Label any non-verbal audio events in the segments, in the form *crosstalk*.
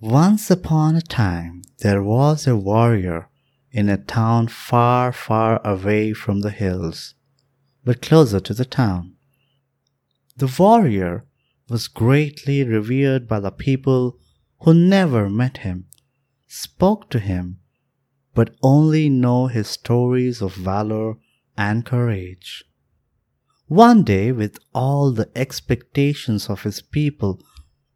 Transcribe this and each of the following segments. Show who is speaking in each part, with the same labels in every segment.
Speaker 1: Once upon a time, there was a warrior in a town far, far away from the hills, but closer to the town. The warrior was greatly revered by the people who never met him, spoke to him, but only know his stories of valor and courage. One day, with all the expectations of his people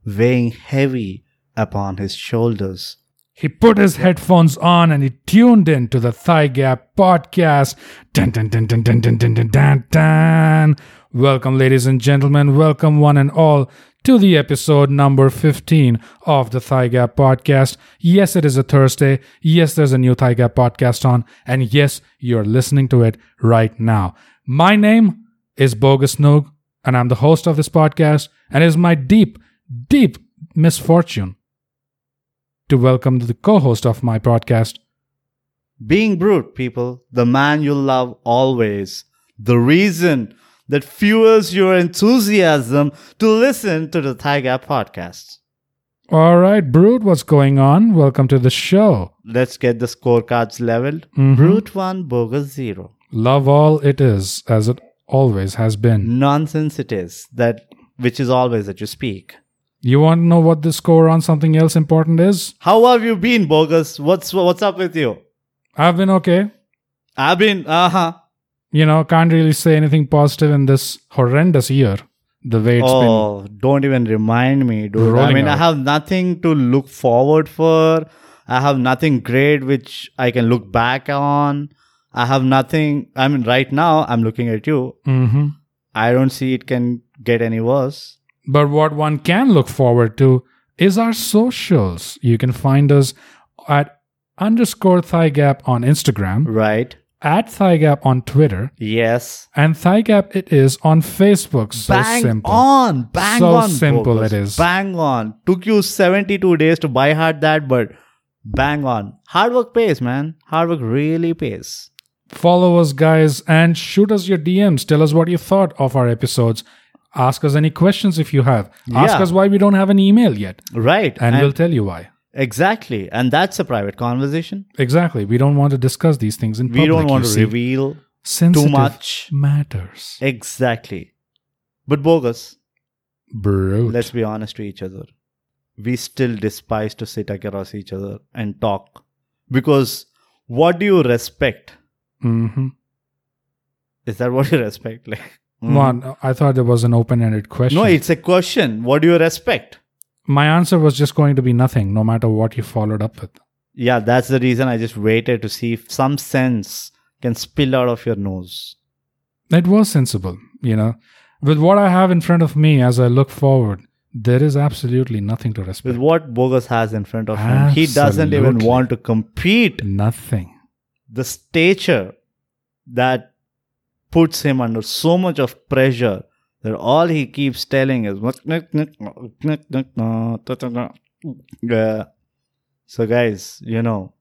Speaker 1: weighing heavy upon his shoulders,
Speaker 2: He put his headphones on and he tuned in to the Thigh Gap podcast. Dun, dun, dun, dun, dun, dun, dun, dun, dun, dun. Welcome, ladies and gentlemen. Welcome, one and all, to the episode number 15 of the Thigh Gap podcast. Yes, it is a Thursday. Yes, there's a new Thigh Gap podcast on. And yes, you're listening to it right now. My name is Bogus Noog, and I'm the host of this podcast. And it is my deep, deep misfortune to welcome the co host of my podcast.
Speaker 1: Being brute, people, the man you love always, the reason that fuels your enthusiasm to listen to the Tiger podcast.
Speaker 2: All right, Brood, what's going on? Welcome to the show.
Speaker 1: Let's get the scorecards leveled. Brute 1, bogus 0.
Speaker 2: Love all it is, as it always has been.
Speaker 1: Nonsense it is, that which is always that you speak.
Speaker 2: You want to know what the score on something else important is?
Speaker 1: How have you been, bogus? What's what's up with you?
Speaker 2: I've been okay.
Speaker 1: I've been uh-huh.
Speaker 2: You know, can't really say anything positive in this horrendous year, the way it's been.
Speaker 1: oh, don't even remind me, dude. I
Speaker 2: Rolling
Speaker 1: mean, I
Speaker 2: out.
Speaker 1: have nothing to look forward for. I have nothing great which I can look back on. I have nothing. I mean, right now I'm looking at you.
Speaker 2: hmm
Speaker 1: I don't see it can get any worse.
Speaker 2: But what one can look forward to is our socials. You can find us at underscore thigh gap on Instagram,
Speaker 1: Right?
Speaker 2: at thigh gap on Twitter,
Speaker 1: Yes.
Speaker 2: and thigh gap it is on Facebook. So
Speaker 1: bang
Speaker 2: simple.
Speaker 1: on, bang
Speaker 2: So
Speaker 1: on.
Speaker 2: simple
Speaker 1: bogus.
Speaker 2: it is.
Speaker 1: Bang on. Took you 72 days to buy hard that, but bang on. Hard work pays, man. Hard work really pays.
Speaker 2: Follow us, guys, and shoot us your DMs. Tell us what you thought of our episodes. Ask us any questions if you have. Ask
Speaker 1: Yeah.
Speaker 2: us why we don't have an email yet,
Speaker 1: Right.
Speaker 2: and we'll tell you why.
Speaker 1: exactly. And that's a private conversation.
Speaker 2: Exactly. We don't want to discuss these things in
Speaker 1: We
Speaker 2: public.
Speaker 1: don't
Speaker 2: you
Speaker 1: want to
Speaker 2: see.
Speaker 1: reveal
Speaker 2: Sensitive
Speaker 1: too much.
Speaker 2: matters.
Speaker 1: Exactly. But bogus,
Speaker 2: Brute.
Speaker 1: let's be honest to each other. We still despise to sit across each other and talk. Because what do you respect?
Speaker 2: hmm
Speaker 1: Is that what you respect? *laughs* Like mm.
Speaker 2: One, I thought there was an open-ended question.
Speaker 1: No, it's a question. What do you respect?
Speaker 2: My answer was just going to be nothing, no matter what you followed up with.
Speaker 1: Yeah, that's the reason I just waited to see if some sense can spill out of your nose.
Speaker 2: It was sensible, you know. With what I have in front of me as I look forward, there is absolutely nothing to respect.
Speaker 1: With what Bogus has in front of him, he doesn't even
Speaker 2: Absolutely.
Speaker 1: want to compete
Speaker 2: Nothing.
Speaker 1: the stature that puts him under so much of pressure that all he keeps telling is yeah. so guys you know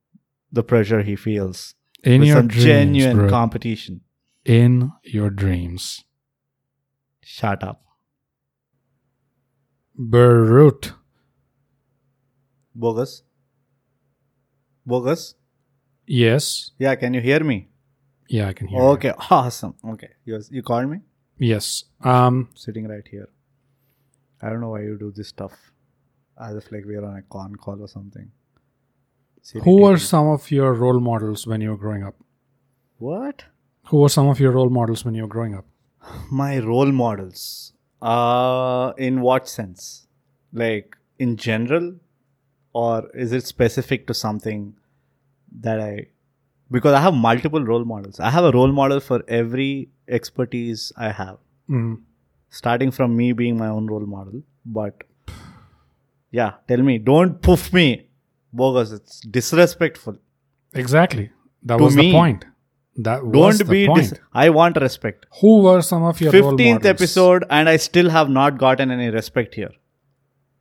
Speaker 1: the pressure he feels
Speaker 2: In
Speaker 1: with
Speaker 2: your
Speaker 1: some
Speaker 2: dreams,
Speaker 1: genuine
Speaker 2: bro.
Speaker 1: competition
Speaker 2: In your dreams.
Speaker 1: shut up
Speaker 2: Brute.
Speaker 1: bogus bogus
Speaker 2: Yes.
Speaker 1: yeah can you hear me
Speaker 2: Yeah, I can hear. you.
Speaker 1: okay *laughs* awesome okay you, you called me
Speaker 2: Yes. Um.
Speaker 1: sitting right here. I don't know why you do this stuff. As if like we're on a con call or something. Sitting
Speaker 2: Who
Speaker 1: here.
Speaker 2: were some of your role models when you were growing up?
Speaker 1: what?
Speaker 2: Who were some of your role models when you were growing up?
Speaker 1: My role models. Uh in what sense? Like in general? Or is it specific to something that I because I have multiple role models. I have a role model for every expertise I have.
Speaker 2: Mm.
Speaker 1: starting from me being my own role model. But yeah, tell me, don't poof me, bogus. It's disrespectful.
Speaker 2: Exactly. That
Speaker 1: To
Speaker 2: was
Speaker 1: me.
Speaker 2: the point. That was
Speaker 1: Don't
Speaker 2: the
Speaker 1: be.
Speaker 2: point.
Speaker 1: Dis- I want respect.
Speaker 2: Who were some of your role
Speaker 1: Fifteenth
Speaker 2: models?
Speaker 1: episode, and I still have not gotten any respect here.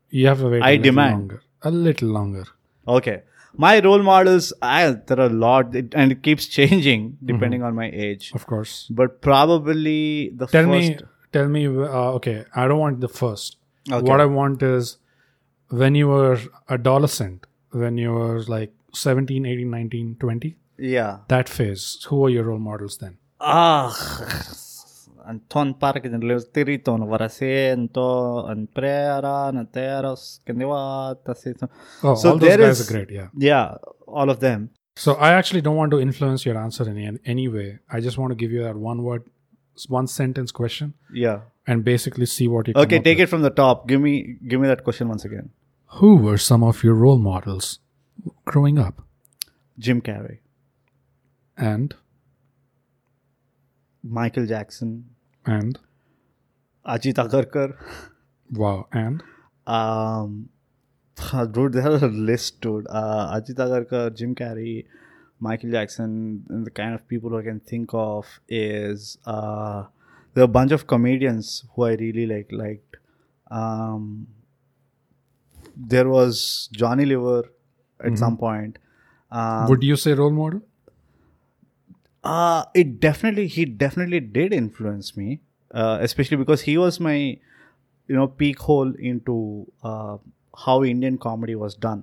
Speaker 2: You have to wait.
Speaker 1: I
Speaker 2: a little
Speaker 1: demand.
Speaker 2: longer. a little longer.
Speaker 1: Okay, my role models. I there are a lot, it, and it keeps changing
Speaker 2: Mm-hmm.
Speaker 1: depending on my age.
Speaker 2: Of course.
Speaker 1: But probably the
Speaker 2: Tell
Speaker 1: first.
Speaker 2: me. Tell me. Uh, okay, I don't want the first.
Speaker 1: Okay.
Speaker 2: What I want is when you were adolescent, when you were like 17, 18, 19, 20,
Speaker 1: Yeah.
Speaker 2: that phase, who were your role models then?
Speaker 1: Ah, Anton Parkin and Lewis Tiriton, Varasento, and Pereira, Nateros, Candiwata, Sito.
Speaker 2: Oh,
Speaker 1: So
Speaker 2: all those
Speaker 1: there
Speaker 2: guys
Speaker 1: is-
Speaker 2: are great, yeah.
Speaker 1: Yeah, all of them.
Speaker 2: So I actually don't want to influence your answer in any, any way. I just want to give you that one word, one sentence question,
Speaker 1: Yeah.
Speaker 2: and basically see what you.
Speaker 1: Okay, take it from the top. Give me give me that question once again.
Speaker 2: Who were some of your role models growing up?
Speaker 1: Jim Carrey,
Speaker 2: And
Speaker 1: Michael Jackson,
Speaker 2: and
Speaker 1: Ajit Agarkar.
Speaker 2: wow and
Speaker 1: Um, dude, there are a list, dude. Uh, Ajit Agarkar, Jim Carrey, Michael Jackson, and the kind of people I can think of is uh, there are a bunch of comedians who I really like liked. Um, there was Johnny Lever at some point. Um,
Speaker 2: would you say role model?
Speaker 1: uh it definitely he definitely did influence me uh, especially because he was my you know peak hole into uh, how indian comedy was done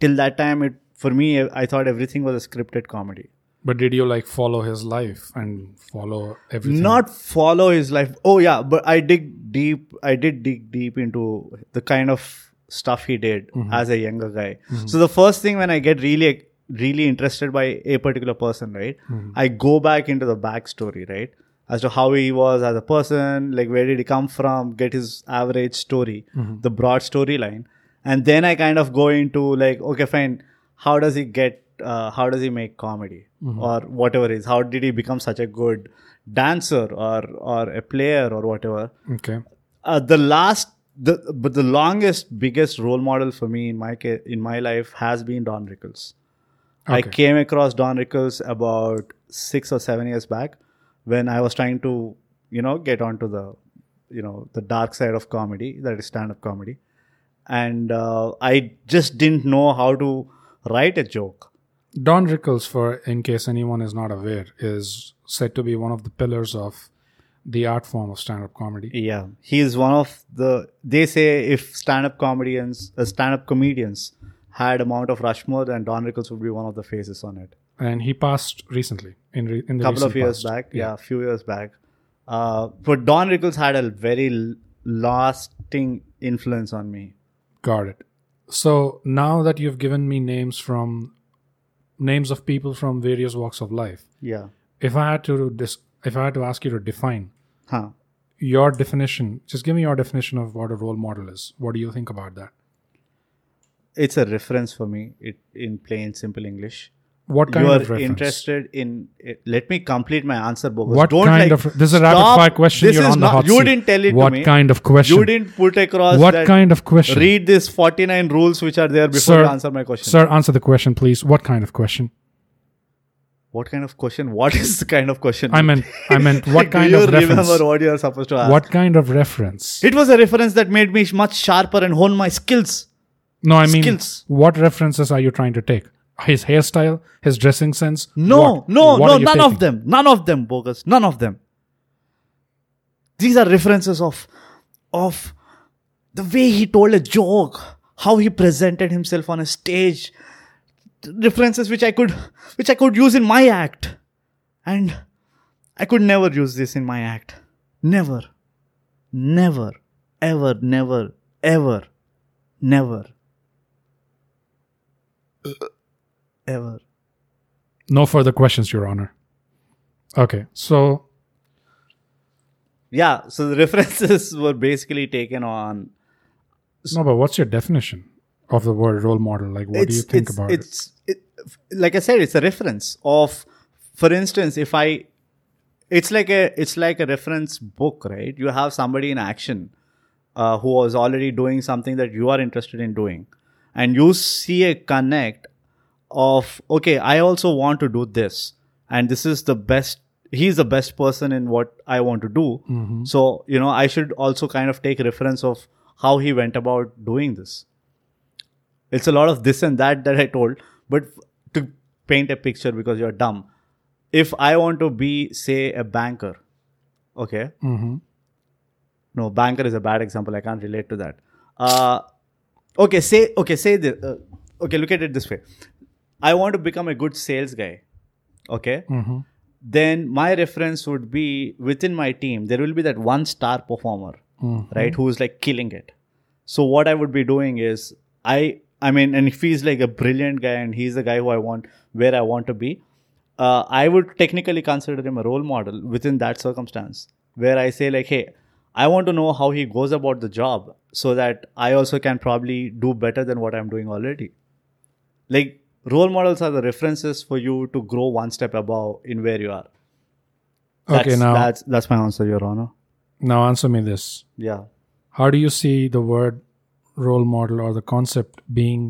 Speaker 1: till that time it for me i thought everything was a scripted comedy
Speaker 2: But did you like follow his life and follow everything?
Speaker 1: not follow his life oh yeah but i dig deep i did dig deep into the kind of stuff he did as a younger guy so the first thing when i get really really interested by a particular person right
Speaker 2: Mm-hmm.
Speaker 1: i go back into the backstory right as to how he was as a person like where did he come from get his average story
Speaker 2: Mm-hmm.
Speaker 1: the broad storyline and then i kind of go into like okay fine how does he get uh, how does he make comedy or whatever it is how did he become such a good dancer or or a player or whatever
Speaker 2: okay.
Speaker 1: uh, the last the but the longest biggest role model for me in my ca- in my life has been don rickles i
Speaker 2: Okay.
Speaker 1: came across don rickles about 6 or 7 years back when i was trying to you know get onto the you know the dark side of comedy that is stand up comedy and uh, i just didn't know how to write a joke
Speaker 2: Don Rickles, for in case anyone is not aware, is said to be one of the pillars of the art form of stand-up comedy.
Speaker 1: Yeah, he is one of the. They say if stand-up comedians, uh, stand-up comedians, had amount of Rushmore, then Don Rickles would be one of the faces on it.
Speaker 2: and he passed recently in re- in the
Speaker 1: A couple
Speaker 2: recent
Speaker 1: of years
Speaker 2: past.
Speaker 1: back, yeah, a few years back. Uh, but Don Rickles had a very l- lasting influence on me.
Speaker 2: Got it. So now that you've given me names from names of people from various walks of life,
Speaker 1: Yeah.
Speaker 2: if I had to dis- if I had to ask you to define
Speaker 1: Huh.
Speaker 2: your definition, just give me your definition of what a role model is. What do you think about that?
Speaker 1: It's a reference for me. It in plain simple English.
Speaker 2: What kind
Speaker 1: You
Speaker 2: of
Speaker 1: are
Speaker 2: reference?
Speaker 1: interested in. It, let me complete my answer, Bogus.
Speaker 2: what
Speaker 1: Don't
Speaker 2: kind
Speaker 1: like,
Speaker 2: of this is a
Speaker 1: stop.
Speaker 2: rapid fire question?
Speaker 1: This
Speaker 2: You're
Speaker 1: is
Speaker 2: on the
Speaker 1: not.
Speaker 2: hot
Speaker 1: you
Speaker 2: seat.
Speaker 1: didn't tell it
Speaker 2: What
Speaker 1: to me.
Speaker 2: kind of question?
Speaker 1: You didn't put across
Speaker 2: what
Speaker 1: that
Speaker 2: kind of question?
Speaker 1: read this 49 rules which are there before
Speaker 2: Sir,
Speaker 1: you answer my question
Speaker 2: Sir, answer the question, please. What kind of question?
Speaker 1: what kind of question what is the kind of question
Speaker 2: I meant, I
Speaker 1: *laughs*
Speaker 2: meant, what kind
Speaker 1: do you
Speaker 2: of reference?
Speaker 1: remember what you're supposed to ask
Speaker 2: What kind of reference?
Speaker 1: it was a reference that made me much sharper and hone my skills
Speaker 2: No, I mean,
Speaker 1: Skills.
Speaker 2: what references are you trying to take? His hairstyle, his dressing sense.
Speaker 1: no
Speaker 2: What-
Speaker 1: no
Speaker 2: what
Speaker 1: no
Speaker 2: are you
Speaker 1: none of
Speaker 2: taking?
Speaker 1: them none of them bogus none of them these are references of of the way he told a joke how he presented himself on a stage references which i could which i could use in my act and i could never use this in my act never never ever never ever never ever
Speaker 2: No further questions, Your Honor. Okay, so
Speaker 1: yeah so the references *laughs* were basically taken on
Speaker 2: no, but what's your definition of the word role model? Like, what do you think
Speaker 1: it's,
Speaker 2: about it?
Speaker 1: it's, it? like i said it's a reference of for instance if i it's like a it's like a reference book right you have somebody in action uh, who was already doing something that you are interested in doing and you see a connect of okay i also want to do this and this is the best he's the best person in what i want to do
Speaker 2: Mm-hmm.
Speaker 1: so you know i should also kind of take reference of how he went about doing this it's a lot of this and that that i told but f- to paint a picture because you're dumb if i want to be say a banker okay
Speaker 2: hmm
Speaker 1: no banker is a bad example i can't relate to that uh Okay, say okay, say this. Uh, okay, look at it this way. I want to become a good sales guy. Okay,
Speaker 2: Mm-hmm.
Speaker 1: then my reference would be within my team. There will be that one star performer,
Speaker 2: mm-hmm.
Speaker 1: right,
Speaker 2: Hmm.
Speaker 1: who is like killing it. So what I would be doing is I, I mean, and if he's like a brilliant guy and he's the guy who I want where I want to be, uh, I would technically consider him a role model within that circumstance. Where I say like, hey, I want to know how he goes about the job so that I also can probably do better than what I'm doing already like role models are the references for you to grow one step above in where you are that's,
Speaker 2: Okay, now
Speaker 1: that's that's my answer your honor
Speaker 2: now answer me this.
Speaker 1: yeah
Speaker 2: How do you see the word role model or the concept being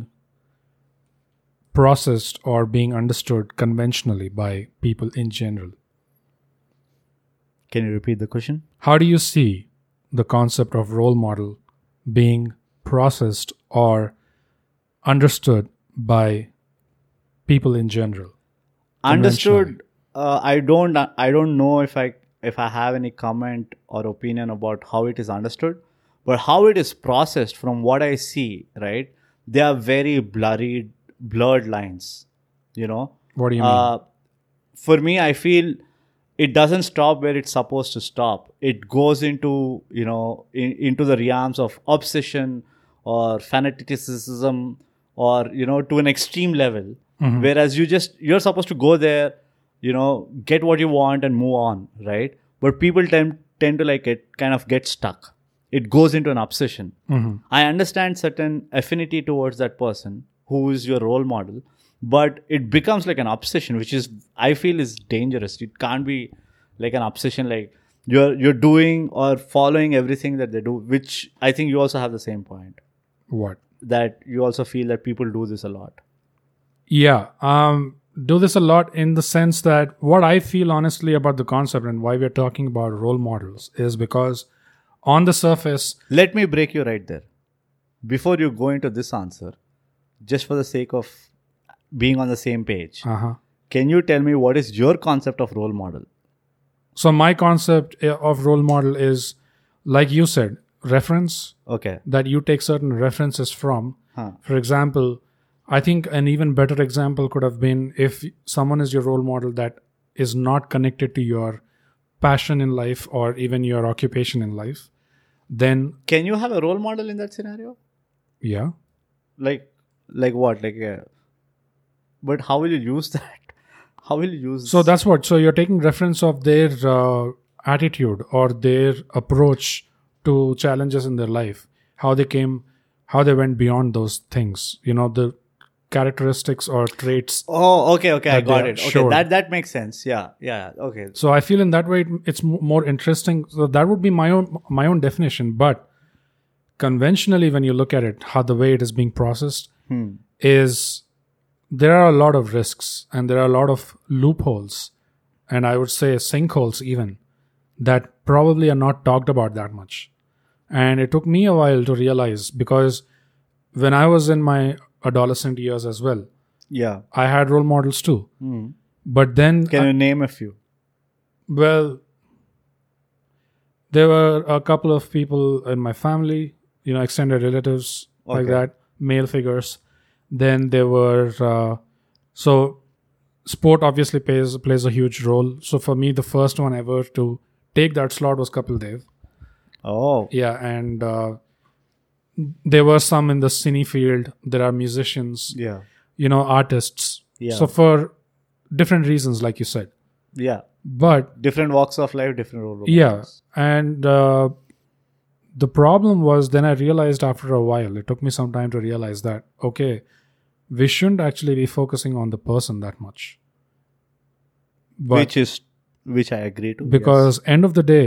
Speaker 2: processed or being understood conventionally by people in general?
Speaker 1: can you repeat the question
Speaker 2: How do you see the concept of role model being processed or understood by people in general?
Speaker 1: understood uh, i don't i don't know if i if i have any comment or opinion about how it is understood but how it is processed from what i see right they are very blurry blurred lines you know
Speaker 2: What do you mean?
Speaker 1: Uh, for me, I feel it doesn't stop where it's supposed to stop. It goes into you know in, into the realms of obsession or fanaticism or you know to an extreme level.
Speaker 2: Mm-hmm.
Speaker 1: Whereas you just you're supposed to go there, you know, get what you want and move on, right? But people tend tend to like it kind of get stuck. It goes into an obsession.
Speaker 2: Mm-hmm.
Speaker 1: I understand certain affinity towards that person who is your role model, but it becomes like an obsession, which is I feel is dangerous. It can't be like an obsession like you're you're doing or following everything that they do, which I think you also have the same point.
Speaker 2: what?
Speaker 1: That you also feel that people do this a lot.
Speaker 2: Yeah. Um, do this a lot in the sense that what I feel honestly about the concept and why we're talking about role models is because on the surface,
Speaker 1: Let me break you right there. Before you go into this answer, just for the sake of being on the same page,
Speaker 2: uh-huh,
Speaker 1: can you tell me what is your concept of role model?
Speaker 2: so my concept uh, of role model is, like you said, reference
Speaker 1: Okay.
Speaker 2: that you take certain references from.
Speaker 1: Huh.
Speaker 2: For example, I think an even better example could have been if someone is your role model that is not connected to your passion in life or even your occupation in life, then
Speaker 1: Can you have a role model in that scenario?
Speaker 2: yeah,
Speaker 1: like like what like uh, but how will you use *laughs* that how will you use
Speaker 2: So that's what. So you're taking reference of their uh, attitude or their approach to challenges in their life, how they came, how they went beyond those things. You know the characteristics or traits.
Speaker 1: oh okay okay i
Speaker 2: That they
Speaker 1: got
Speaker 2: are
Speaker 1: it okay
Speaker 2: sure.
Speaker 1: that that makes sense yeah yeah okay
Speaker 2: So I feel in that way it, it's m- more interesting. So that would be my own my own definition. But conventionally, when you look at it, how the way it is being processed is there are a lot of risks and there are a lot of loopholes, and I would say sinkholes even that probably are not talked about that much. And it took me a while to realize because when I was in my adolescent years as well,
Speaker 1: yeah
Speaker 2: I had role models too. But then
Speaker 1: can you name a few
Speaker 2: well, there were a couple of people in my family, you know, extended relatives like
Speaker 1: Okay.
Speaker 2: that, male figures. Then there were uh, so sport obviously plays plays a huge role. So for me, the first one ever to take that slot was Kapil Dev.
Speaker 1: oh
Speaker 2: Yeah, and uh, there were some in the cine field. There are musicians,
Speaker 1: yeah
Speaker 2: you know, artists.
Speaker 1: Yeah.
Speaker 2: So for different reasons, like you said,
Speaker 1: yeah
Speaker 2: but
Speaker 1: different walks of life different role models.
Speaker 2: yeah and uh, the problem was then i realized after a while it took me some time to realize that okay we shouldn't actually be focusing on the person that much but
Speaker 1: which is which i agree to yes.
Speaker 2: because end of the day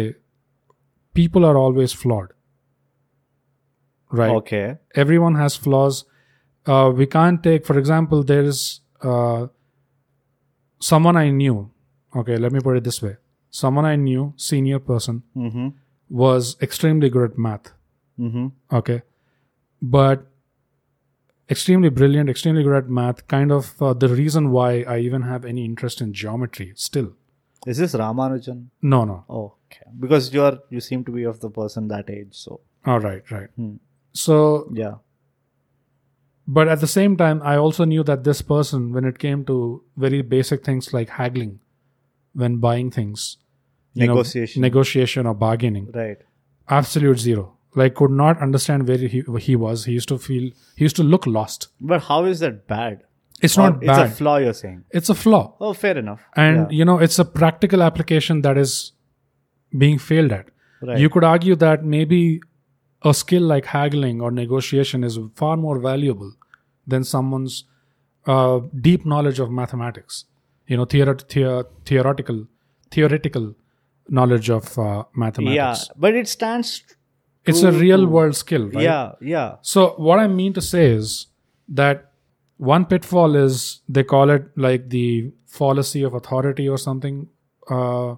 Speaker 2: people are always flawed right
Speaker 1: okay
Speaker 2: everyone has flaws uh, we can't take for example there is uh, someone i knew okay let me put it this way someone i knew senior person
Speaker 1: mm-hmm
Speaker 2: was extremely good at math.
Speaker 1: mm-hmm
Speaker 2: Okay. But extremely brilliant, extremely good at math. Kind of uh, the reason why I even have any interest in geometry still.
Speaker 1: is this ramanujan
Speaker 2: No, no.
Speaker 1: okay because you are you seem to be of the person that age so
Speaker 2: All right, right.
Speaker 1: Hmm.
Speaker 2: So
Speaker 1: yeah
Speaker 2: But at the same time, I also knew that this person, when it came to very basic things like haggling, when buying things, you know,
Speaker 1: Negotiation.
Speaker 2: negotiation or bargaining,
Speaker 1: right.
Speaker 2: absolute zero. Like, could not understand where he, he was. He used to feel, he used to look lost.
Speaker 1: But how is that bad?
Speaker 2: It's
Speaker 1: Or
Speaker 2: not bad.
Speaker 1: It's a flaw you're saying.
Speaker 2: it's a flaw.
Speaker 1: Oh, fair enough.
Speaker 2: and
Speaker 1: Yeah.
Speaker 2: you know it's a practical application that is being failed at
Speaker 1: Right.
Speaker 2: you could argue that maybe a skill like haggling or negotiation is far more valuable than someone's uh, deep knowledge of mathematics you know theoret- theo- theoretical theoretical knowledge of uh,
Speaker 1: yeah,
Speaker 2: mathematics
Speaker 1: but it stands.
Speaker 2: it's a
Speaker 1: true
Speaker 2: real
Speaker 1: to-
Speaker 2: world skill right
Speaker 1: Yeah, yeah.
Speaker 2: so what I mean to say is that one pitfall is they call it like the fallacy of authority or something. Uh,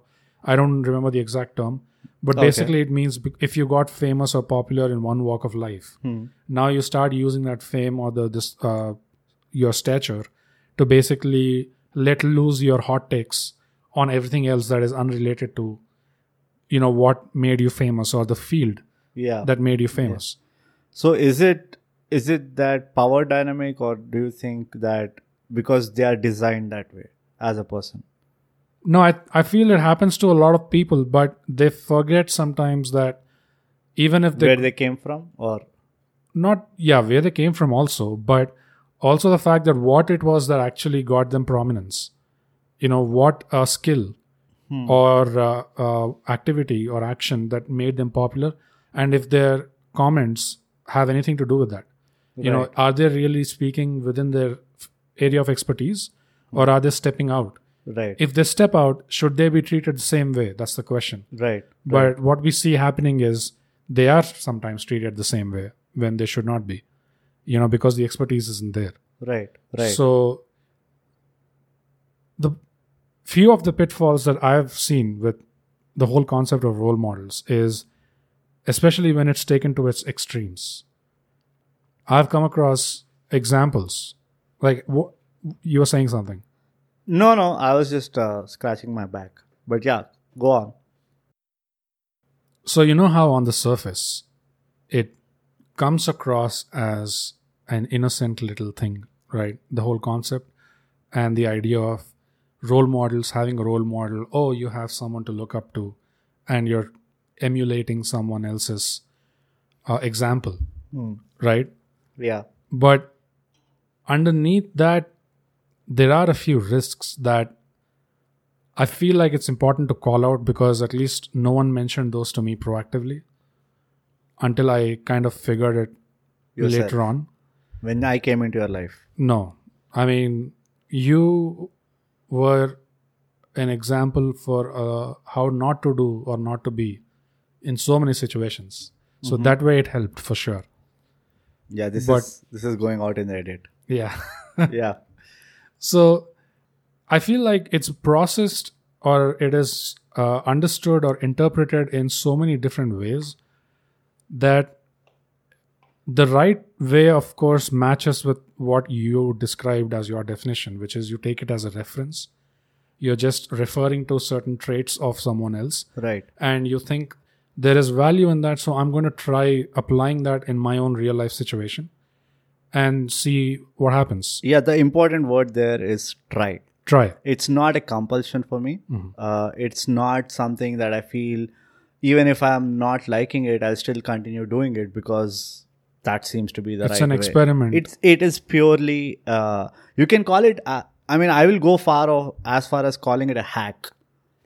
Speaker 2: I don't remember the exact term, but
Speaker 1: Okay.
Speaker 2: basically it means be- if you got famous or popular in one walk of life,
Speaker 1: Hmm,
Speaker 2: now you start using that fame or the this uh, your stature to basically let loose your hot takes on everything else that is unrelated to you know what made you famous or the field
Speaker 1: Yeah.
Speaker 2: that made you famous.
Speaker 1: so is it is it that power dynamic, or do you think that because they are designed that way as a person?
Speaker 2: No, I, I feel it happens to a lot of people, but they forget sometimes that even if they
Speaker 1: Where they came from, or
Speaker 2: not yeah where they came from also, but also the fact that what it was that actually got them prominence, you know, what a skill
Speaker 1: Hmm.
Speaker 2: or uh, uh, activity or action that made them popular, and if their comments have anything to do with that, you know,
Speaker 1: Right.
Speaker 2: are they really speaking within their f- area of expertise,
Speaker 1: Hmm.
Speaker 2: or are they stepping out?
Speaker 1: right,
Speaker 2: if they step out, should they be treated the same way? That's the question.
Speaker 1: right,
Speaker 2: But what we see happening is they are sometimes treated the same way when they should not be, you know, because the expertise isn't there.
Speaker 1: right, right.
Speaker 2: So, the few of the pitfalls that I've seen with the whole concept of role models is especially when it's taken to its extremes. I've come across examples like wh- you were saying something.
Speaker 1: no, no, I was just uh, scratching my back. But yeah, go on.
Speaker 2: So you know how on the surface it comes across as an innocent little thing, right? The whole concept and the idea of role models having a role model, oh you have someone to look up to and you're emulating someone else's uh, example,
Speaker 1: Hmm.
Speaker 2: right?
Speaker 1: Yeah,
Speaker 2: But underneath that there are a few risks that I feel like it's important to call out because at least no one mentioned those to me proactively until I kind of figured it
Speaker 1: Yourself.
Speaker 2: later on.
Speaker 1: when I came into your life,
Speaker 2: No, I mean, you were an example for uh, how not to do or not to be in so many situations. So that way it helped for sure.
Speaker 1: yeah, this
Speaker 2: But-
Speaker 1: is this is going out in the
Speaker 2: *laughs*
Speaker 1: edit.
Speaker 2: Yeah.
Speaker 1: yeah,
Speaker 2: So I feel like it's processed or it is uh, understood or interpreted in so many different ways that the right way, of course, matches with what you described as your definition, which is you take it as a reference. You're just referring to certain traits of someone else
Speaker 1: right,
Speaker 2: and you think there is value in that so i'm going to try applying that in my own real life situation and see what happens
Speaker 1: yeah. The important word there is try.
Speaker 2: try
Speaker 1: it's not a compulsion for me
Speaker 2: Mm-hmm.
Speaker 1: uh, it's not something that i feel even if i'm not liking it i'll still continue doing it because that seems to be the
Speaker 2: It's
Speaker 1: right
Speaker 2: an
Speaker 1: way.
Speaker 2: experiment.
Speaker 1: it's it is purely uh, you can call it uh, i mean i will go far off as far as calling it a hack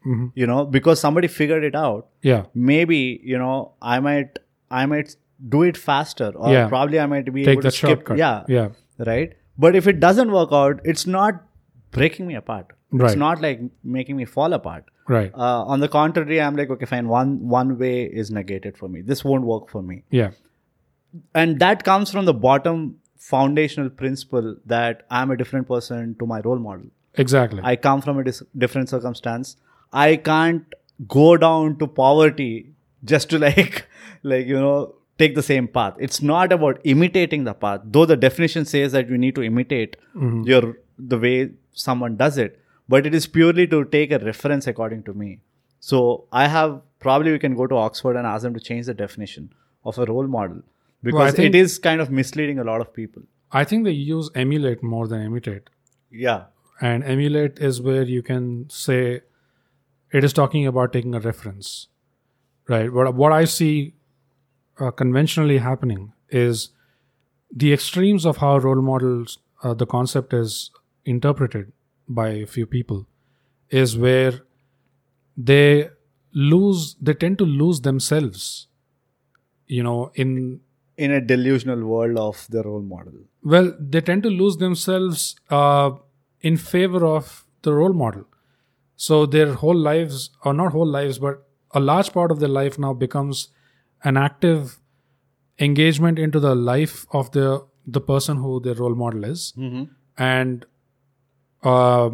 Speaker 2: Mhm.
Speaker 1: you know because somebody figured it out
Speaker 2: yeah
Speaker 1: maybe you know i might i might do it faster or
Speaker 2: Yeah.
Speaker 1: probably i might be
Speaker 2: take
Speaker 1: able
Speaker 2: the
Speaker 1: to skip
Speaker 2: shortcut.
Speaker 1: yeah
Speaker 2: yeah,
Speaker 1: right? But if it doesn't work out, it's not breaking me apart. It's
Speaker 2: Right.
Speaker 1: not like making me fall apart.
Speaker 2: right.
Speaker 1: Uh, on the contrary, I'm like, okay, fine. One one way is negated for me. This won't work for me,
Speaker 2: yeah,
Speaker 1: and that comes from the bottom foundational principle that I'm a different person to my role model.
Speaker 2: exactly.
Speaker 1: I come from a dis- different circumstance. I can't go down to poverty just to *laughs* like, like you know, take the same path. It's not about imitating the path, though the definition says that you need to imitate your the way someone does it. But it is purely to take a reference according to me. So I have probably we can go to Oxford and ask them to change the definition of a role model because
Speaker 2: think-
Speaker 1: it is kind of misleading a lot of people.
Speaker 2: I think they use emulate more than imitate.
Speaker 1: Yeah.
Speaker 2: And emulate is where you can say it is talking about taking a reference, right? What, what I see uh, conventionally happening is the extremes of how role models, uh, the concept is interpreted by a few people, is where they lose, they tend to lose themselves, you know, in
Speaker 1: In a delusional world of the role model.
Speaker 2: well, they tend to lose themselves uh, in favor of the role model. So their whole lives, or not whole lives, but a large part of their life now becomes an active engagement into the life of the the person who their role model is. And uh,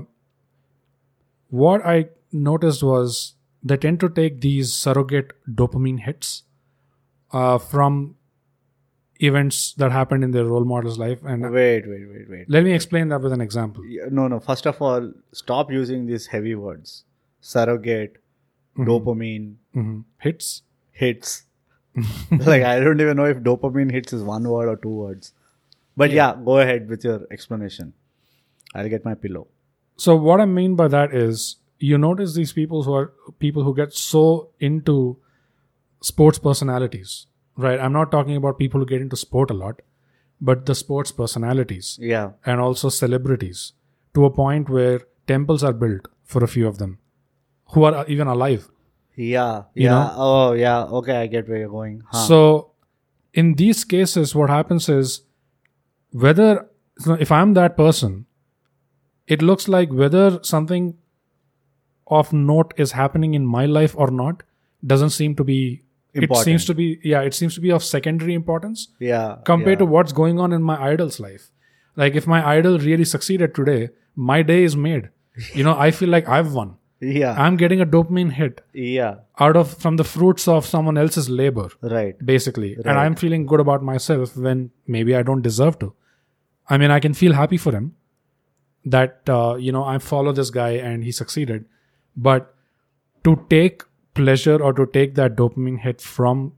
Speaker 2: what I noticed was they tend to take these surrogate dopamine hits uh, from events that happened in their role model's life and
Speaker 1: Wait, wait, wait, wait.
Speaker 2: let me explain that with an example.
Speaker 1: Yeah, No, no. First of all, stop using these heavy words surrogate, dopamine,
Speaker 2: Mhm. Hits.
Speaker 1: hits. *laughs* like, I don't even know if dopamine hits is one word or two words. But yeah, go ahead with your explanation. I'll get my pillow.
Speaker 2: So what I mean by that is you notice these people who are people who get so into sports personalities, right? I'm not talking about people who get into sport a lot, but the sports personalities
Speaker 1: Yeah.
Speaker 2: and also celebrities to a point where temples are built for a few of them who are even alive.
Speaker 1: Yeah.
Speaker 2: You
Speaker 1: yeah.
Speaker 2: know?
Speaker 1: Oh, yeah. Okay, I get where you're going. Huh.
Speaker 2: So, in these cases, what happens is whether so if I'm that person, it looks like whether something of note is happening in my life or not doesn't seem to be. It
Speaker 1: Important.
Speaker 2: seems to be yeah. It seems to be of secondary importance
Speaker 1: yeah.
Speaker 2: compared
Speaker 1: yeah.
Speaker 2: to what's going on in my idol's life. Like if my idol really succeeded today, my day is made. You know, I feel like
Speaker 1: *laughs*
Speaker 2: I've won.
Speaker 1: Yeah.
Speaker 2: I'm getting a dopamine hit
Speaker 1: yeah.
Speaker 2: out of from the fruits of someone else's labor
Speaker 1: Right.
Speaker 2: basically and
Speaker 1: Right.
Speaker 2: i'm feeling good about myself when maybe i don't deserve to i mean i can feel happy for him that uh, you know i follow this guy and he succeeded but to take pleasure or to take that dopamine hit from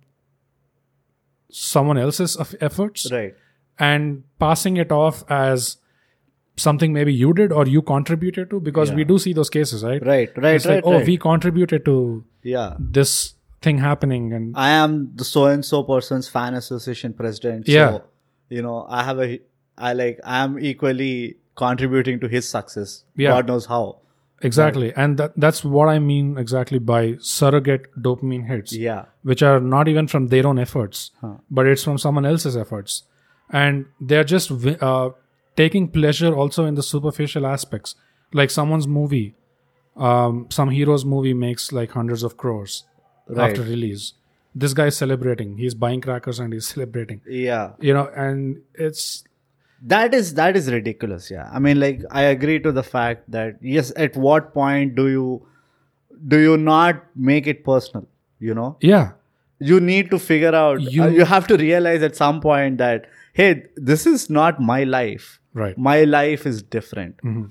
Speaker 2: someone else's of- efforts
Speaker 1: Right.
Speaker 2: and passing it off as something maybe you did or you contributed to because we do see those cases right
Speaker 1: Right. Right.
Speaker 2: it's
Speaker 1: right.
Speaker 2: like oh
Speaker 1: right.
Speaker 2: we contributed to
Speaker 1: yeah.
Speaker 2: this thing happening and
Speaker 1: I am the so and so person's fan association president.
Speaker 2: Yeah.
Speaker 1: So, you know, I have a, I like, I am equally contributing to his success.
Speaker 2: Yeah.
Speaker 1: God knows how.
Speaker 2: Exactly. And that, that's what I mean exactly by surrogate dopamine hits,
Speaker 1: Yeah.
Speaker 2: which are not even from their own efforts,
Speaker 1: Huh.
Speaker 2: but it's from someone else's efforts. And they're just wi- uh, taking pleasure also in the superficial aspects. Like someone's movie, um, some hero's movie makes like hundreds of crores
Speaker 1: Right.
Speaker 2: after release. This guy's celebrating. He's buying crackers and he's *laughs* celebrating.
Speaker 1: Yeah.
Speaker 2: You know, and it's
Speaker 1: That is, that is ridiculous. Yeah. I mean, like, I agree to the fact that, yes, at what point do you, do you not make it personal? You know,
Speaker 2: yeah,
Speaker 1: you need to figure out, uh,
Speaker 2: You-
Speaker 1: you have to realize at some point that, hey, this is not my life.
Speaker 2: right.
Speaker 1: My life is different.
Speaker 2: Mhm.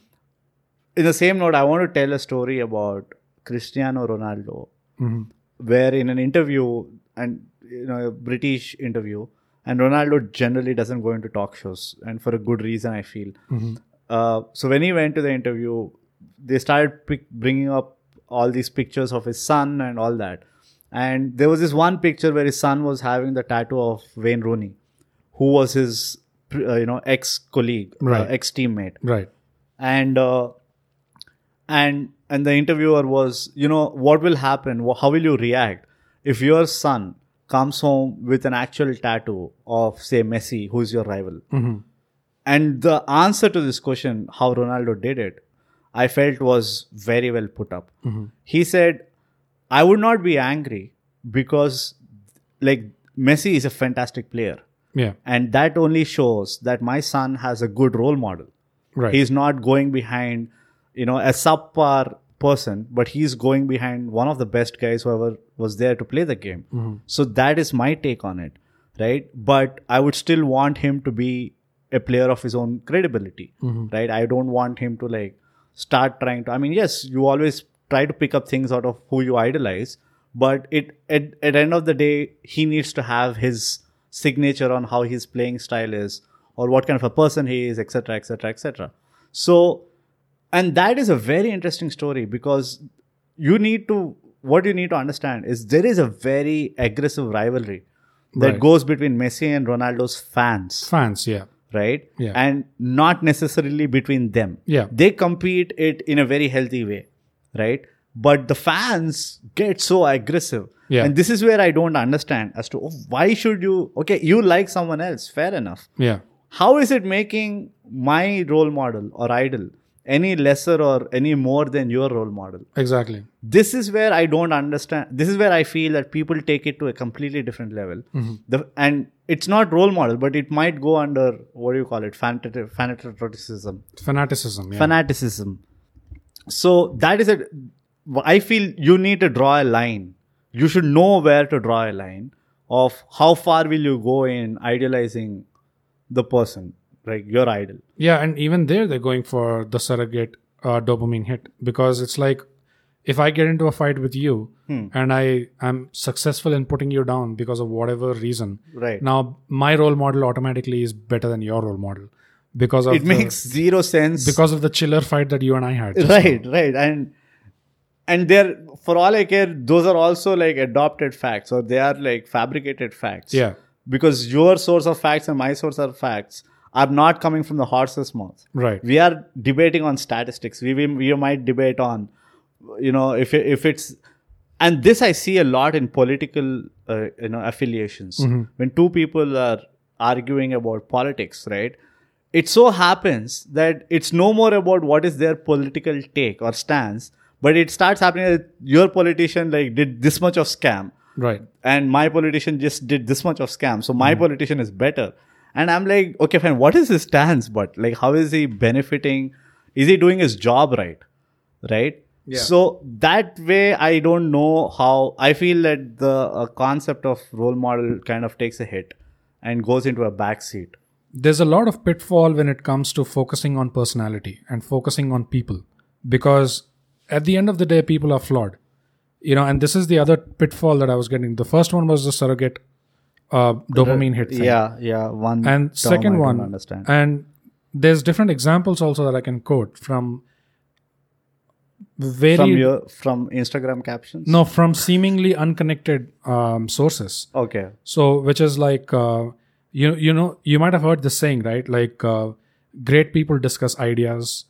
Speaker 1: in the same note, I want to tell a story about Cristiano Ronaldo,
Speaker 2: Mhm.
Speaker 1: where in an interview and you know a British interview, and Ronaldo generally doesn't go into talk shows, and for a good reason, I feel. Uh, so when he went to the interview, they started pic- bringing up all these pictures of his son and all that, and there was this one picture where his son was having the tattoo of Wayne Rooney, who was his uh, you know uh, ex colleague,
Speaker 2: Right.
Speaker 1: ex teammate
Speaker 2: Right.
Speaker 1: and uh, and and the interviewer was you know what will happen Wh- how will you react if your son comes home with an actual tattoo of say messi who's your rival
Speaker 2: Mm-hmm.
Speaker 1: and the answer to this question how ronaldo did it i felt was very well put up he said i would not be angry because like messi is a fantastic player
Speaker 2: Yeah.
Speaker 1: and that only shows that my son has a good role model
Speaker 2: Right.
Speaker 1: He's not going behind, you know, a subpar person, but he's going behind one of the best guys who ever was there to play the game. So that is my take on it, right? But I would still want him to be a player of his own credibility, right? I don't want him to like start trying to. I mean, yes, you always try to pick up things out of who you idolize, but it at at end of the day, he needs to have his signature on how his playing style is or what kind of a person he is, etc., etc., etc. So, and that is a very interesting story because you need to, what you need to understand is there is a very aggressive rivalry that
Speaker 2: Right.
Speaker 1: goes between Messi and Ronaldo's fans,
Speaker 2: Fans, yeah.
Speaker 1: right?
Speaker 2: Yeah.
Speaker 1: And not necessarily between them.
Speaker 2: Yeah.
Speaker 1: They compete it in a very healthy way, right? But the fans get so aggressive.
Speaker 2: Yeah.
Speaker 1: And this is where I don't understand as to oh, why should you okay, you like someone else, fair enough.
Speaker 2: Yeah.
Speaker 1: How is it making my role model or idol any lesser or any more than your role model?
Speaker 2: Exactly.
Speaker 1: this is where i don't understand this is where i feel that people take it to a completely different level the, and it's not role model but it might go under what do you call it fanatic, fanaticism
Speaker 2: Fanaticism, yeah.
Speaker 1: fanaticism so that is a i feel you need to draw a line you should know where to draw a line of how far will you go in idealizing the person like your idol
Speaker 2: Yeah, and even there, they're going for the surrogate uh, dopamine hit because it's like if I get into a fight with you
Speaker 1: Hmm.
Speaker 2: and I am successful in putting you down because of whatever reason,
Speaker 1: Right.
Speaker 2: now my role model automatically is better than your role model because of
Speaker 1: it
Speaker 2: the,
Speaker 1: makes zero sense *laughs*
Speaker 2: because of the chiller fight that you and I had. just now.
Speaker 1: right right and and they're for all i care those are also like adopted facts or they are like fabricated facts
Speaker 2: Yeah.
Speaker 1: because your source of facts and my source of facts are not coming from the horse's mouth
Speaker 2: Right.
Speaker 1: we are debating on statistics we, we, we might debate on you know if if it's and this i see a lot in political uh, you know affiliations when two people are arguing about politics right it so happens that it's no more about what is their political take or stance but it starts happening that your politician like did this much of scam
Speaker 2: Right.
Speaker 1: and my politician just did this much of scam so my politician is better and i'm like okay fine what is his stance but like how is he benefiting is he doing his job right right
Speaker 2: Yeah.
Speaker 1: so that way i don't know how i feel that the uh, concept of role model kind of takes a hit and goes into a backseat
Speaker 2: there's a lot of pitfall when it comes to focusing on personality and focusing on people because at the end of the day people are flawed you know and this is the other pitfall that i was getting the first one was the surrogate uh, dopamine hit thing
Speaker 1: yeah yeah one
Speaker 2: and
Speaker 1: term I
Speaker 2: second
Speaker 1: don't
Speaker 2: one
Speaker 1: understand
Speaker 2: and there's different examples also that i can quote from very
Speaker 1: from your from instagram captions
Speaker 2: no from seemingly unconnected um, sources
Speaker 1: okay
Speaker 2: so, which is like, uh, you you know, you might have heard this saying, right? Like, uh, great people discuss ideas,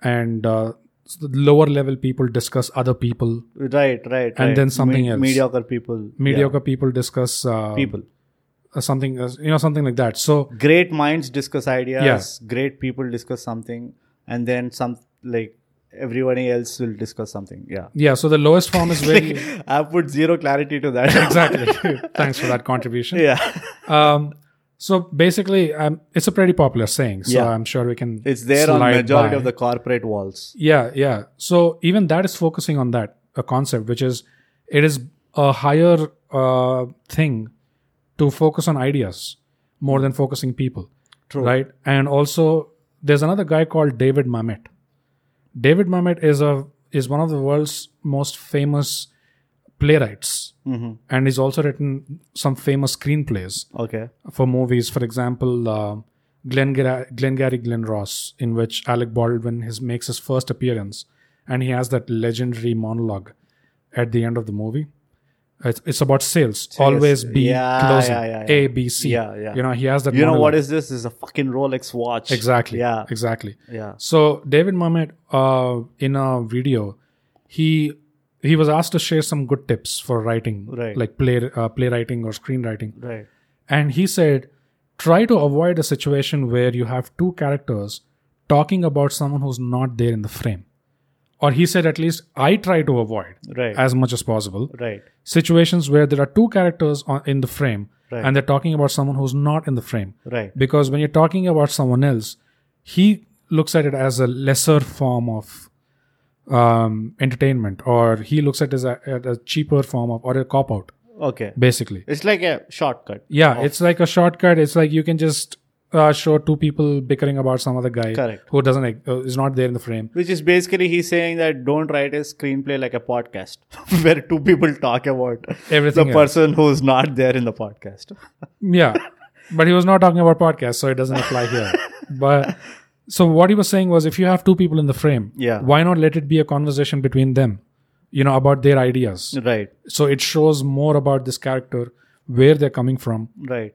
Speaker 2: and uh, s- lower level people discuss other people.
Speaker 1: right right
Speaker 2: And
Speaker 1: right.
Speaker 2: then something else.
Speaker 1: mediocre people
Speaker 2: Mediocre people discuss uh,
Speaker 1: yeah, people
Speaker 2: uh, something, else, you know, something like that. So,
Speaker 1: great minds discuss ideas great people discuss something and then some like everyone else will discuss something yeah
Speaker 2: yeah, so the lowest form is
Speaker 1: *laughs*
Speaker 2: very
Speaker 1: i put zero clarity to that
Speaker 2: exactly. *laughs* Thanks for that contribution.
Speaker 1: *laughs* yeah
Speaker 2: Um, so basically, um, it's a pretty popular saying. So
Speaker 1: Yeah.
Speaker 2: I'm sure we can.
Speaker 1: it's there on
Speaker 2: slide
Speaker 1: majority
Speaker 2: by.
Speaker 1: of the corporate walls
Speaker 2: Yeah, yeah. So even that is focusing on that a concept, which is it is a higher uh, thing to focus on ideas more than focusing people,
Speaker 1: True.
Speaker 2: right? And also, there's another guy called David Mamet. David Mamet is a is one of the world's most famous playwrights, and he's also written some famous screenplays
Speaker 1: okay
Speaker 2: for movies. For example, uh, Glengar- Glengarry Glen Ross, in which Alec Baldwin his, makes his first appearance, and he has that legendary monologue at the end of the movie. It's, it's about sales. Always be
Speaker 1: Yeah,
Speaker 2: closing.
Speaker 1: yeah, yeah, yeah.
Speaker 2: A, B, C.
Speaker 1: Yeah, yeah.
Speaker 2: You know, he has that.
Speaker 1: you know
Speaker 2: monologue.
Speaker 1: what is this this is a fucking rolex watch
Speaker 2: Exactly.
Speaker 1: yeah
Speaker 2: Exactly.
Speaker 1: yeah
Speaker 2: So David Mamet, uh, in a video, he he was asked to share some good tips for writing,
Speaker 1: Right.
Speaker 2: like play uh, playwriting or screenwriting.
Speaker 1: right
Speaker 2: And he said, try to avoid a situation where you have two characters talking about someone who's not there in the frame. Or he said, at least I try to avoid
Speaker 1: Right.
Speaker 2: as much as possible
Speaker 1: right
Speaker 2: situations where there are two characters on, in the frame
Speaker 1: Right.
Speaker 2: and they're talking about someone who's not in the frame.
Speaker 1: right
Speaker 2: Because when you're talking about someone else, he looks at it as a lesser form of um, entertainment, or he looks at it as a, at a cheaper form of, or a cop out,
Speaker 1: okay
Speaker 2: basically.
Speaker 1: it's like a shortcut
Speaker 2: Yeah, it's like a shortcut. It's like you can just uh, show two people bickering about some other guy
Speaker 1: Correct.
Speaker 2: who doesn't like, uh, is not there in the frame.
Speaker 1: which is basically he's saying that don't write a screenplay like a podcast *laughs* where two people talk about
Speaker 2: Everything
Speaker 1: the
Speaker 2: else.
Speaker 1: person who's not there in the podcast *laughs*
Speaker 2: Yeah, But he was not talking about podcasts, so it doesn't apply
Speaker 1: *laughs*
Speaker 2: here. but so what he was saying was if you have two people in the frame,
Speaker 1: Yeah.
Speaker 2: why not let it be a conversation between them, you know, about their ideas?
Speaker 1: Right,
Speaker 2: So it shows more about this character, where they're coming from.
Speaker 1: right.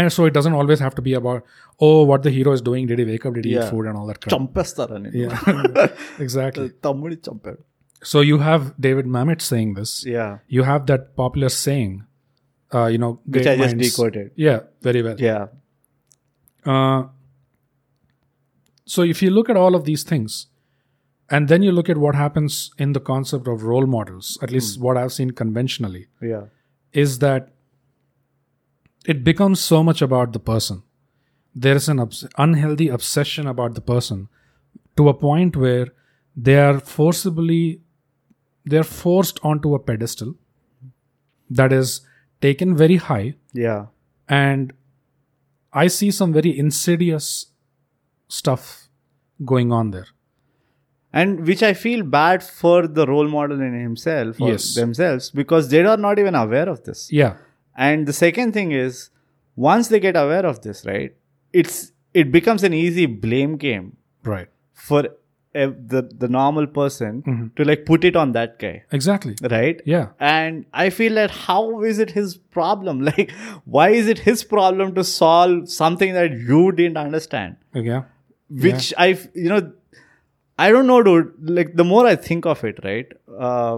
Speaker 2: And so it doesn't always have to be about, oh, what the hero is doing. Did he wake up? Did he
Speaker 1: Yeah. Uh,
Speaker 2: eat food and all that crap?
Speaker 1: చంపేస్తారని
Speaker 2: *laughs* Yeah.
Speaker 1: *laughs*
Speaker 2: exactly.
Speaker 1: తమ్ముడి చంపాడు
Speaker 2: So you have David Mamet saying this.
Speaker 1: yeah
Speaker 2: You have that popular saying, uh, you know,
Speaker 1: which
Speaker 2: great
Speaker 1: I just
Speaker 2: minds-
Speaker 1: decoded
Speaker 2: Yeah, very well.
Speaker 1: yeah
Speaker 2: Uh, so if you look at all of these things and then you look at what happens in the concept of role models at
Speaker 1: Hmm.
Speaker 2: least what i've seen conventionally
Speaker 1: yeah
Speaker 2: is that it becomes so much about the person there is an obs- unhealthy obsession about the person to a point where they are forcibly they're forced onto a pedestal that is taken very high
Speaker 1: yeah
Speaker 2: and i see some very insidious stuff going on there
Speaker 1: and which I feel bad for the role model in himself or
Speaker 2: Yes.
Speaker 1: themselves because they are not even aware of this
Speaker 2: yeah
Speaker 1: and the second thing is once they get aware of this right it's it becomes an easy blame game
Speaker 2: right
Speaker 1: for ev- the the normal person
Speaker 2: Mm-hmm.
Speaker 1: to like put it on that guy
Speaker 2: exactly
Speaker 1: right
Speaker 2: yeah
Speaker 1: and i feel that how is it his problem *laughs* like why is it his problem to solve something that you didn't understand
Speaker 2: yeah
Speaker 1: which i f- you know i don't know dude like the more i think of it right uh,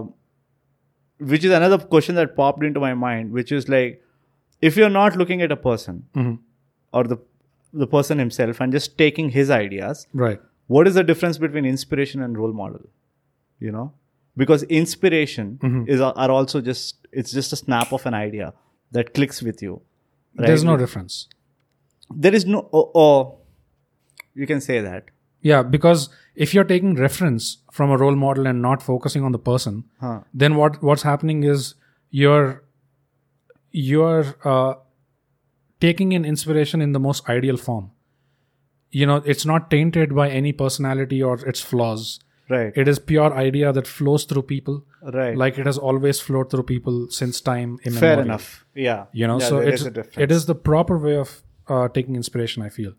Speaker 1: which is another question that popped into my mind which is like if you're not looking at a person
Speaker 2: Mhm.
Speaker 1: or the the person himself and just taking his ideas
Speaker 2: right
Speaker 1: what is the difference between inspiration and role model you know because inspiration
Speaker 2: Mm-hmm.
Speaker 1: is are also just it's just a snap of an idea that clicks with you right?
Speaker 2: there's no difference
Speaker 1: there is no oh, oh you can say that
Speaker 2: yeah because if you're taking reference from a role model and not focusing on the person
Speaker 1: huh
Speaker 2: then what what's happening is you're you're uh, taking in inspiration in the most ideal form you know it's not tainted by any personality or its flaws
Speaker 1: right
Speaker 2: it is pure idea that flows through people
Speaker 1: right
Speaker 2: like it has always flowed through people since time immemorial.
Speaker 1: fair enough yeah
Speaker 2: you know
Speaker 1: Yeah,
Speaker 2: so
Speaker 1: there
Speaker 2: it's
Speaker 1: is a difference.
Speaker 2: it is the proper way of uh, taking inspiration i feel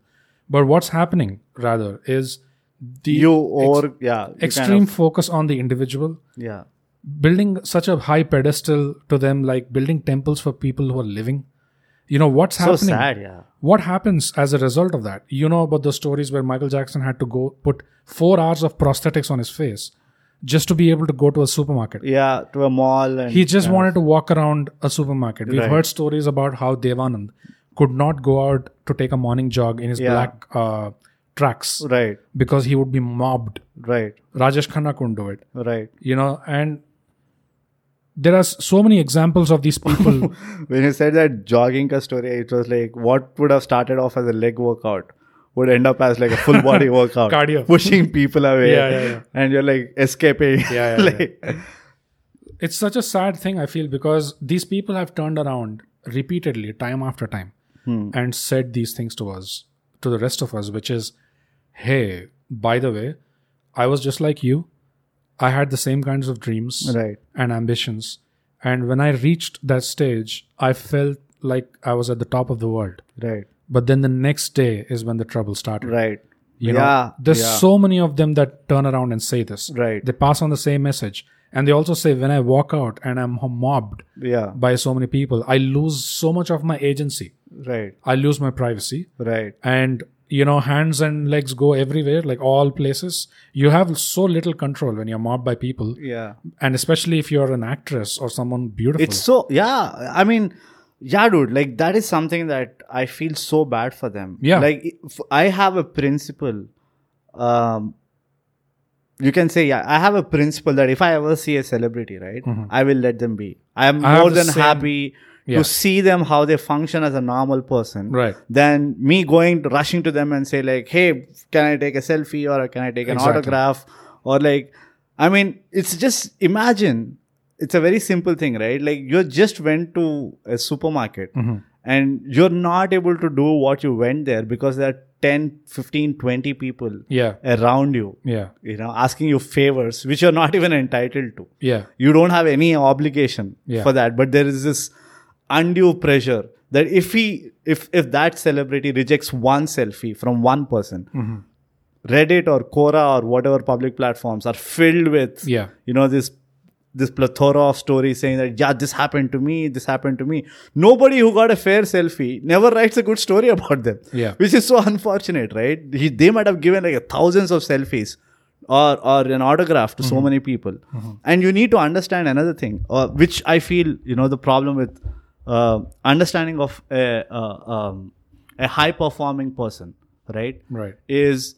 Speaker 2: but what's happening rather is the
Speaker 1: you or yeah you kind
Speaker 2: extreme focus on the individual
Speaker 1: of- yeah
Speaker 2: building such a high pedestal to them like building temples for people who are living you know what's
Speaker 1: so
Speaker 2: happening
Speaker 1: sad yeah
Speaker 2: what happens as a result of that you know about the stories where michael jackson had to go put 4 hours of prosthetics on his face just to be able to go to a supermarket
Speaker 1: yeah to a mall and
Speaker 2: he just wanted to walk around a supermarket. We've heard stories about how Devanand could not go out to take a morning jog in his
Speaker 1: Yeah.
Speaker 2: black uh, tracks
Speaker 1: right
Speaker 2: because he would be mobbed.
Speaker 1: right
Speaker 2: Rajesh Khanna couldn't do it,
Speaker 1: right
Speaker 2: you know. And there are s- so many examples of these people.
Speaker 1: when you said that jogging ka story it was like what would have started off as a leg workout would end up as like a full
Speaker 2: *laughs*
Speaker 1: body workout
Speaker 2: Cardio.
Speaker 1: pushing people away
Speaker 2: Yeah, yeah, yeah.
Speaker 1: and you're like escaping *laughs*
Speaker 2: Yeah, yeah,
Speaker 1: like,
Speaker 2: it's such a sad thing, I feel, because these people have turned around repeatedly, time after time,
Speaker 1: Hmm.
Speaker 2: and said these things to us, to the rest of us, which is, hey, by the way, I was just like you. I had the same kinds of dreams.
Speaker 1: right
Speaker 2: and ambitions. And when I reached that stage, I felt like I was at the top of the world.
Speaker 1: right
Speaker 2: But then the next day is when the trouble started.
Speaker 1: right
Speaker 2: You
Speaker 1: yeah
Speaker 2: know, there's
Speaker 1: yeah,
Speaker 2: so many of them that turn around and say this.
Speaker 1: Right.
Speaker 2: They pass on the same message. And they also say, when I walk out and I'm mobbed
Speaker 1: yeah
Speaker 2: by so many people, I lose so much of my agency.
Speaker 1: right
Speaker 2: I lose my privacy.
Speaker 1: right
Speaker 2: And, you know, hands and legs go everywhere, like all places. You have so little control when you're mobbed by people
Speaker 1: yeah
Speaker 2: and especially if you're an actress or someone beautiful
Speaker 1: It's so yeah. I mean, yeah, dude. Like that is something that I feel so bad for them.
Speaker 2: Yeah.
Speaker 1: Like if I have a principle. Um, you can say yeah. I have a principle that if I ever see a celebrity, right, I will let them be. I am
Speaker 2: Mm-hmm. I have
Speaker 1: more
Speaker 2: the
Speaker 1: than
Speaker 2: same-
Speaker 1: happy
Speaker 2: Yeah.
Speaker 1: to see them how they function as a normal person.
Speaker 2: Right.
Speaker 1: Than me going rushing to them and say like, hey, can I take a selfie or can I take an
Speaker 2: Exactly.
Speaker 1: autograph or like, I mean, it's just imagine it's a very simple thing, right? Like you just went to a supermarket
Speaker 2: Mm-hmm.
Speaker 1: and you're not able to do what you went there because there are 10, 15, 20 people
Speaker 2: yeah
Speaker 1: around you,
Speaker 2: yeah
Speaker 1: you know, asking you favors, which you're not even entitled to.
Speaker 2: yeah
Speaker 1: You don't have any obligation
Speaker 2: Yeah.
Speaker 1: for that, but there is this undue pressure that if he if if that celebrity rejects one selfie from one person,
Speaker 2: Mm-hmm.
Speaker 1: Reddit or Quora or whatever public platforms are filled with
Speaker 2: Yeah.
Speaker 1: you know this this plethora of stories saying that yeah this happened to me this happened to me nobody who got a fair selfie never writes a good story about them
Speaker 2: Yeah.
Speaker 1: which is so unfortunate right he, they might have given like thousands of selfies or or an autograph to
Speaker 2: Mm-hmm.
Speaker 1: so many people and you need to understand another thing uh, which i feel you know the problem with uh, understanding of a, uh, um, a high performing person right
Speaker 2: Right.
Speaker 1: is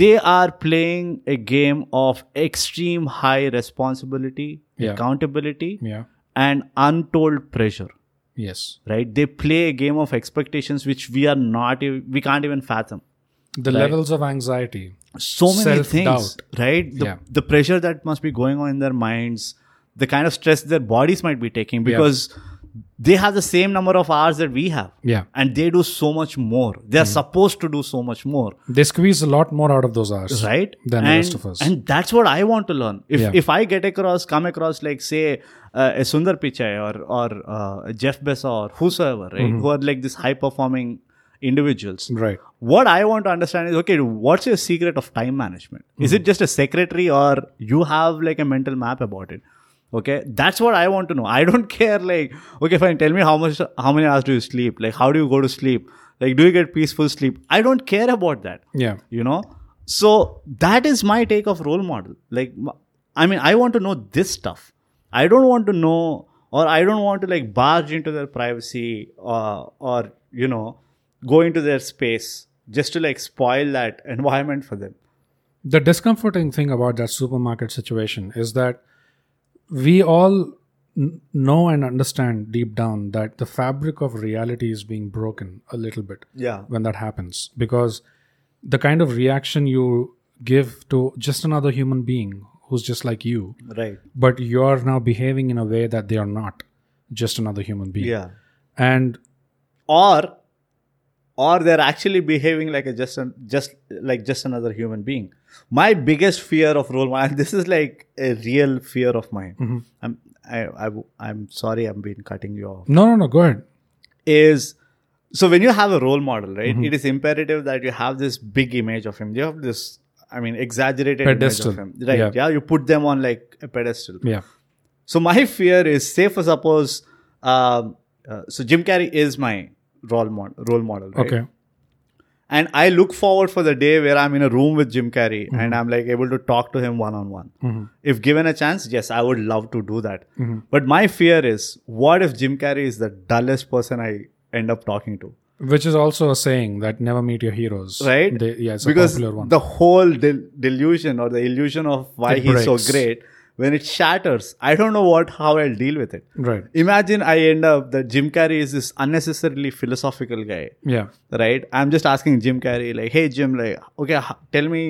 Speaker 1: they are playing a game of extreme high responsibility,
Speaker 2: Yeah.
Speaker 1: accountability,
Speaker 2: Yeah.
Speaker 1: and untold pressure.
Speaker 2: Yes.
Speaker 1: Right? They play a game of expectations which we are not, ev- we can't even fathom.
Speaker 2: The levels of anxiety.
Speaker 1: So many things,
Speaker 2: Self-doubt.
Speaker 1: right? The,
Speaker 2: Yeah.
Speaker 1: the pressure that must be going on in their minds, the kind of stress their bodies might be taking because they have the same number of hours that we have.
Speaker 2: Yeah.
Speaker 1: And they do so much more. They
Speaker 2: Mm-hmm.
Speaker 1: are supposed to do so much more.
Speaker 2: They squeeze a lot more out of those hours.
Speaker 1: right
Speaker 2: Than the
Speaker 1: and,
Speaker 2: rest of us.
Speaker 1: and that's what i want to learn if
Speaker 2: Yeah.
Speaker 1: if i get across come across like say uh, a sundar pichai or or uh, jeff bezos or whosoever right
Speaker 2: Mm-hmm.
Speaker 1: who are like these high performing individuals
Speaker 2: Right.
Speaker 1: what i want to understand is okay what's your secret of time management
Speaker 2: Mm-hmm.
Speaker 1: is it just a secretary or you have like a mental map about it okay that's what i want to know i don't *laughs* care like okay fine tell me how much how many hours do you sleep like how do you go to sleep like do you get peaceful sleep i don't care about that
Speaker 2: Yeah.
Speaker 1: you know so that is my take of role model like m- i mean i want to know this stuff i don't want to know or i don't want to like barge into their privacy uh, or you know go into their space just to like spoil that *laughs* environment for them
Speaker 2: The discomforting thing about that supermarket situation is that we all n- know and understand deep down that the fabric of reality is being broken a little bit
Speaker 1: yeah
Speaker 2: when that happens because the kind of reaction you give to just another human being who's just like you
Speaker 1: right
Speaker 2: but you're now behaving in a way that they are not just another human being
Speaker 1: yeah
Speaker 2: and
Speaker 1: or or they're actually behaving like a just an, just like just another human being my biggest fear of role model and this is like a real fear of mine
Speaker 2: Mm-hmm.
Speaker 1: i'm I, I w- i'm sorry i've been cutting you off
Speaker 2: no no no go ahead
Speaker 1: is so when you have a role model right
Speaker 2: Mm-hmm.
Speaker 1: it is imperative that you have this big image of him you have this i mean exaggerated
Speaker 2: Pedestal.
Speaker 1: image of him right
Speaker 2: Yeah.
Speaker 1: yeah you put them on like a pedestal
Speaker 2: yeah
Speaker 1: so my fear is, say for suppose, um, uh, so Jim Carrey is my role model, role model, right?
Speaker 2: okay
Speaker 1: And I look forward for the day where I'm in a room with Jim Carrey
Speaker 2: Mm-hmm.
Speaker 1: and I'm like able to talk to him one on one. If given a chance, yes, I would love to do that.
Speaker 2: Mm-hmm.
Speaker 1: But my fear is, what if Jim Carrey is the dullest person I end up talking to?
Speaker 2: which is also a saying that never meet your heroes
Speaker 1: right?
Speaker 2: They- yeah it's
Speaker 1: because
Speaker 2: a popular one
Speaker 1: the whole del- delusion or the illusion of why
Speaker 2: It
Speaker 1: he's so
Speaker 2: breaks.
Speaker 1: great when it shatters, I don't know what how I'll deal with it.
Speaker 2: right
Speaker 1: Imagine I end up that Jim Carrey is this unnecessarily philosophical guy,
Speaker 2: yeah
Speaker 1: right? I'm just asking Jim Carrey, like, hey Jim, like, okay, h- tell me,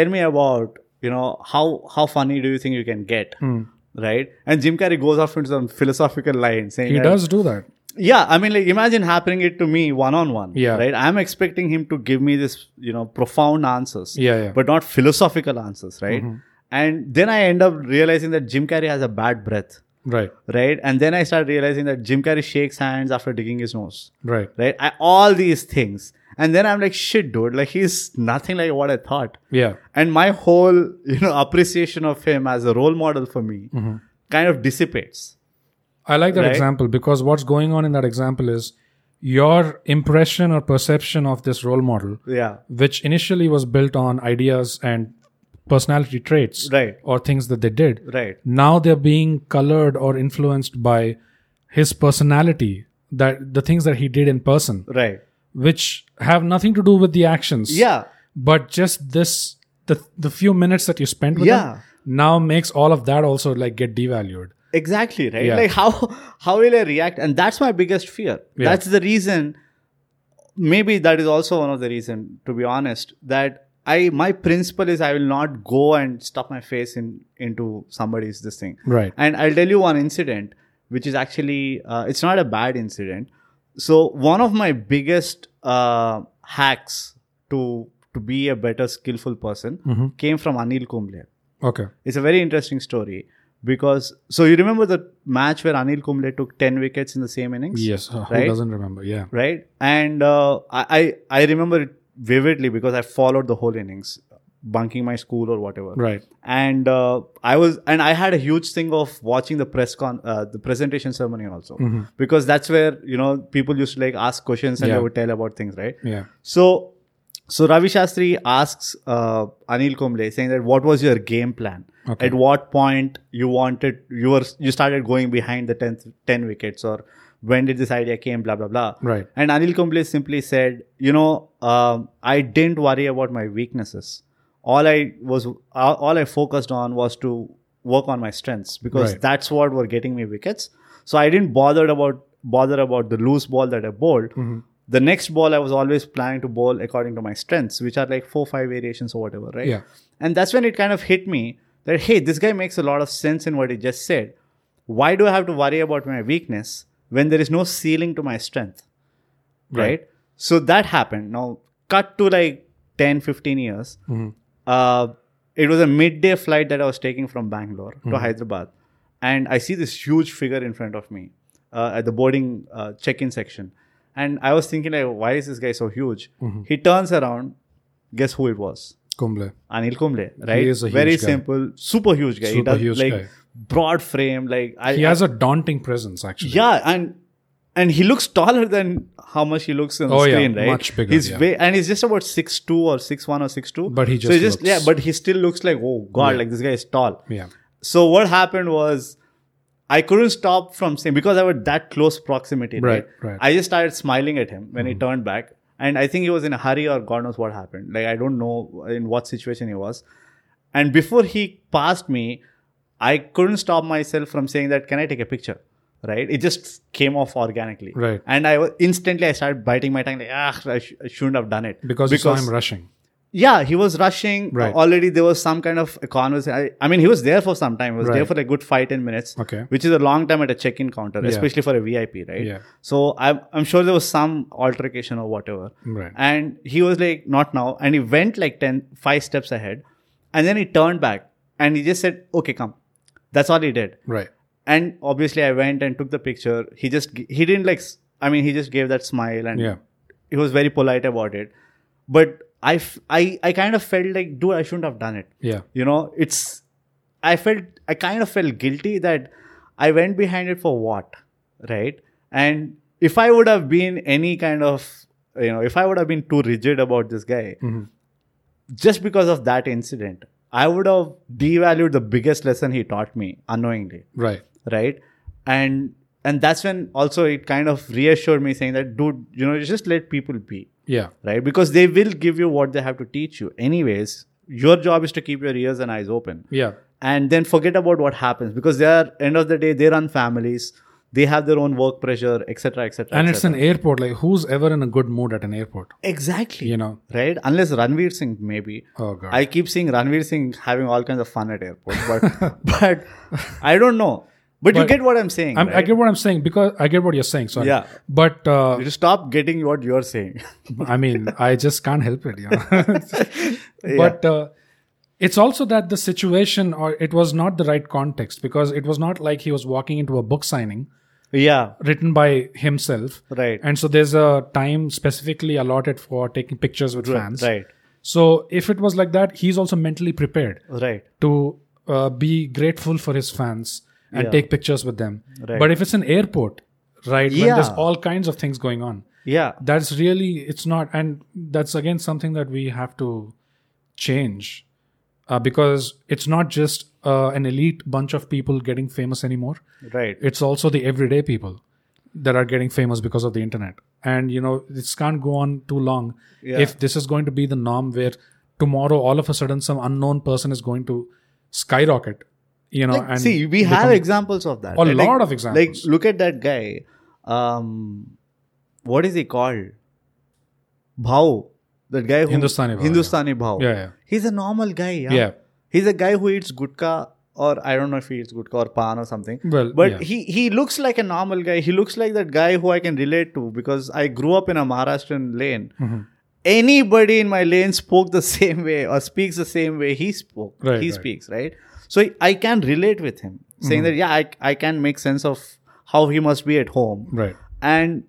Speaker 1: tell me about, you know, how how funny do you think you can get,
Speaker 2: Hmm.
Speaker 1: right? And Jim Carrey goes off into some philosophical line saying
Speaker 2: he
Speaker 1: that-
Speaker 2: does do that
Speaker 1: yeah i mean like imagine happening it to me one on one
Speaker 2: Yeah.
Speaker 1: right i'm expecting him to give me this you know profound answers
Speaker 2: Yeah, Mm-hmm. yeah.
Speaker 1: but not philosophical answers right and then i end up realizing that jim carrey has a bad breath
Speaker 2: right
Speaker 1: right and then i start realizing that jim carrey shakes hands after digging his nose
Speaker 2: right
Speaker 1: right I, all these things and then i'm like shit dude like he's nothing like what i thought
Speaker 2: yeah
Speaker 1: and my whole *laughs* you know appreciation of him as a role model for me kind of dissipates
Speaker 2: I like that
Speaker 1: Right?
Speaker 2: example because what's going on in that example is your impression or perception of this role model,
Speaker 1: yeah
Speaker 2: which initially was built on ideas and personality traits
Speaker 1: Right.
Speaker 2: or things that they did.
Speaker 1: right
Speaker 2: Now they're being colored or influenced by his personality, that the things that he did in person,
Speaker 1: right
Speaker 2: which have nothing to do with the actions.
Speaker 1: yeah
Speaker 2: But just this the the few minutes that you spent with
Speaker 1: Yeah.
Speaker 2: him now makes all of that also like get devalued.
Speaker 1: exactly right
Speaker 2: Yeah.
Speaker 1: like *laughs* how how will i react and that's my biggest fear that's the reason maybe that is also one of the reason to be honest that i my principle is i will not go and stuff my face in into somebody's this thing
Speaker 2: Right.
Speaker 1: and i'll tell you one incident which is actually uh, it's not a bad incident so one of my biggest uh, hacks to to be a better skillful person came from anil kumble
Speaker 2: Okay.
Speaker 1: it's a very interesting story because so you remember the match where Anil Kumble took ten wickets in the same innings,
Speaker 2: Yes, *laughs* uh, who
Speaker 1: Right?
Speaker 2: doesn't remember? Yeah.
Speaker 1: right? And uh, I, I I remember it vividly because I followed the whole innings, bunking my school or whatever.
Speaker 2: Right.
Speaker 1: And uh, I was and I had a huge thing of watching the press con uh, the presentation ceremony also
Speaker 2: Mm.
Speaker 1: because that's where you know people used to like ask questions and
Speaker 2: Yeah.
Speaker 1: they would tell about things, right?
Speaker 2: Yeah.
Speaker 1: So, so Ravi Shastri asks uh, Anil Kumble saying that what was your game plan?
Speaker 2: Okay.
Speaker 1: At what point you wanted you were you started going behind the 10th, 10 wickets or when did this idea came? Blah blah blah.
Speaker 2: Right.
Speaker 1: And Anil Kumble simply said, you know, um, I didn't worry about my weaknesses. All I was all all I focused on was to work on my strengths because
Speaker 2: Right.
Speaker 1: that's what were getting me wickets. So I didn't bother about bother about the loose ball that I bowled
Speaker 2: Mm-hmm.
Speaker 1: the next ball I was always planning to bowl according to my strengths, which are like four, five variations or whatever, right?
Speaker 2: Yeah.
Speaker 1: And that's when it kind of hit me that, hey, this guy makes a lot of sense in what he just said. Why do I have to worry about my weakness when there is no ceiling to my strength? Right. So that happened. Now, cut to like 10, 15 years. Uh, it was a midday flight that I was taking from Bangalore to Hyderabad. And I see this huge figure in front of me uh, at the boarding uh, check in section. And I was thinking, like, why is this guy so huge? He turns around. Guess who it was?
Speaker 2: Kumble.
Speaker 1: Anil Kumble, right?
Speaker 2: is a
Speaker 1: Very
Speaker 2: huge guy.
Speaker 1: simple, super huge guy. he
Speaker 2: Super
Speaker 1: does
Speaker 2: huge
Speaker 1: like
Speaker 2: guy.
Speaker 1: broad frame, like I,
Speaker 2: He has a daunting presence, actually.
Speaker 1: yeah, and and he looks taller than how much he looks on the
Speaker 2: Oh, yeah,
Speaker 1: screen, right?
Speaker 2: much bigger,
Speaker 1: He's
Speaker 2: yeah.
Speaker 1: way, and he's just about six two or six one or six two.
Speaker 2: But he
Speaker 1: so
Speaker 2: just looks-
Speaker 1: yeah, but he still looks like oh god, like this guy is tall.
Speaker 2: Yeah.
Speaker 1: So what happened was I couldn't stop from saying because I was that close proximity. Right,
Speaker 2: Right, Mm-hmm. right.
Speaker 1: I just started smiling at him when he turned back, and I think he was in a hurry or God knows what happened. Like I don't know in what situation he was. And before he passed me, I couldn't stop myself from saying that can I take a picture? Right? It just came off organically.
Speaker 2: Right.
Speaker 1: And I wa- instantly I started biting my tongue like ah I, sh- I shouldn't have done it
Speaker 2: Because, you saw him rushing.
Speaker 1: yeah he was rushing
Speaker 2: Right.
Speaker 1: already there was some kind of a conversation I, I mean he was there for some time he was there for a good five ten minutes
Speaker 2: Okay.
Speaker 1: which is a long time at a check-in counter especially for a vip right
Speaker 2: Yeah.
Speaker 1: so I'm, I'm sure there was some altercation or whatever
Speaker 2: Right.
Speaker 1: and he was like not now and he went like 10 5 steps ahead and then he turned back and he just said okay come that's all he did
Speaker 2: Right.
Speaker 1: and obviously i went and took the picture he just g- he didn't like s- i mean he just gave that smile and
Speaker 2: Yeah.
Speaker 1: he was very polite about it but I, f- I i kind of felt like dude i shouldn't have done it
Speaker 2: Yeah.
Speaker 1: you know it's i felt i kind of felt guilty that i went behind it for what right and if i would have been any kind of you know if i would have been too rigid about this guy just because of that incident i would have devalued the biggest lesson he taught me unknowingly
Speaker 2: Right.
Speaker 1: right and and that's when also it kind of reassured me saying that dude you know just let people be
Speaker 2: Yeah.
Speaker 1: right because they will give you what they have to teach you anyways your job is to keep your ears and eyes open
Speaker 2: Yeah.
Speaker 1: and then forget about what happens because they are end of the day they run families they have their own work pressure etc etc
Speaker 2: And it's
Speaker 1: etc..
Speaker 2: an airport. Like, who's ever in a good mood at an airport?
Speaker 1: exactly
Speaker 2: You know?
Speaker 1: right unless ranveer singh maybe
Speaker 2: Oh, God.
Speaker 1: i keep seeing ranveer singh having all kinds of fun at airport but *laughs* but i don't know but, you
Speaker 2: But-
Speaker 1: get what i'm saying
Speaker 2: I'm, I
Speaker 1: right?
Speaker 2: get what I'm saying because I get what you're saying. Sorry.
Speaker 1: Yeah.
Speaker 2: But uh,
Speaker 1: you stop getting what you're
Speaker 2: *laughs*
Speaker 1: saying
Speaker 2: I mean, I just can't help it.
Speaker 1: *laughs*
Speaker 2: You know? But uh, it's also that the situation, or it was not the right context because it was not like he was walking into a book signing
Speaker 1: yeah
Speaker 2: written by himself.
Speaker 1: right
Speaker 2: And so there's a time specifically allotted for taking pictures with fans.
Speaker 1: right
Speaker 2: So if it was like that, he's also mentally prepared
Speaker 1: right
Speaker 2: to uh, be grateful for his fans and
Speaker 1: Yeah.
Speaker 2: take pictures with them.
Speaker 1: Right.
Speaker 2: But if it's an airport, right, when
Speaker 1: Yeah.
Speaker 2: there's all kinds of things going on,
Speaker 1: yeah
Speaker 2: that's really it's not, and that's again something that we have to change uh, because it's not just uh, an elite bunch of people getting famous anymore.
Speaker 1: right
Speaker 2: It's also the everyday people that are getting famous because of the internet, and you know this can't go on too long.
Speaker 1: Yeah.
Speaker 2: If this is going to be the norm, where tomorrow all of a sudden some unknown person is going to skyrocket, you know, and
Speaker 1: see we have examples of that
Speaker 2: A
Speaker 1: Like-
Speaker 2: lot of examples.
Speaker 1: like look at that guy um what is he called bhau that guy who
Speaker 2: Hindustani Bhau,
Speaker 1: hindustani bhau
Speaker 2: Yeah, yeah.
Speaker 1: he's a normal guy yeah.
Speaker 2: Yeah.
Speaker 1: he's a guy who eats gutka or i don't know if he eats gutka or pan or something
Speaker 2: Well,
Speaker 1: but
Speaker 2: yeah.
Speaker 1: he he looks like a normal guy he looks like that guy who i can relate to because i grew up in a maharashtrian lane
Speaker 2: Mm-hmm.
Speaker 1: anybody in my lane spoke the *laughs* same way or speaks the same way he spoke
Speaker 2: Right, Mm-hmm.
Speaker 1: he
Speaker 2: right.
Speaker 1: speaks right so i can relate with him saying that yeah, I, I can make sense of how he must be at home.
Speaker 2: Right.
Speaker 1: And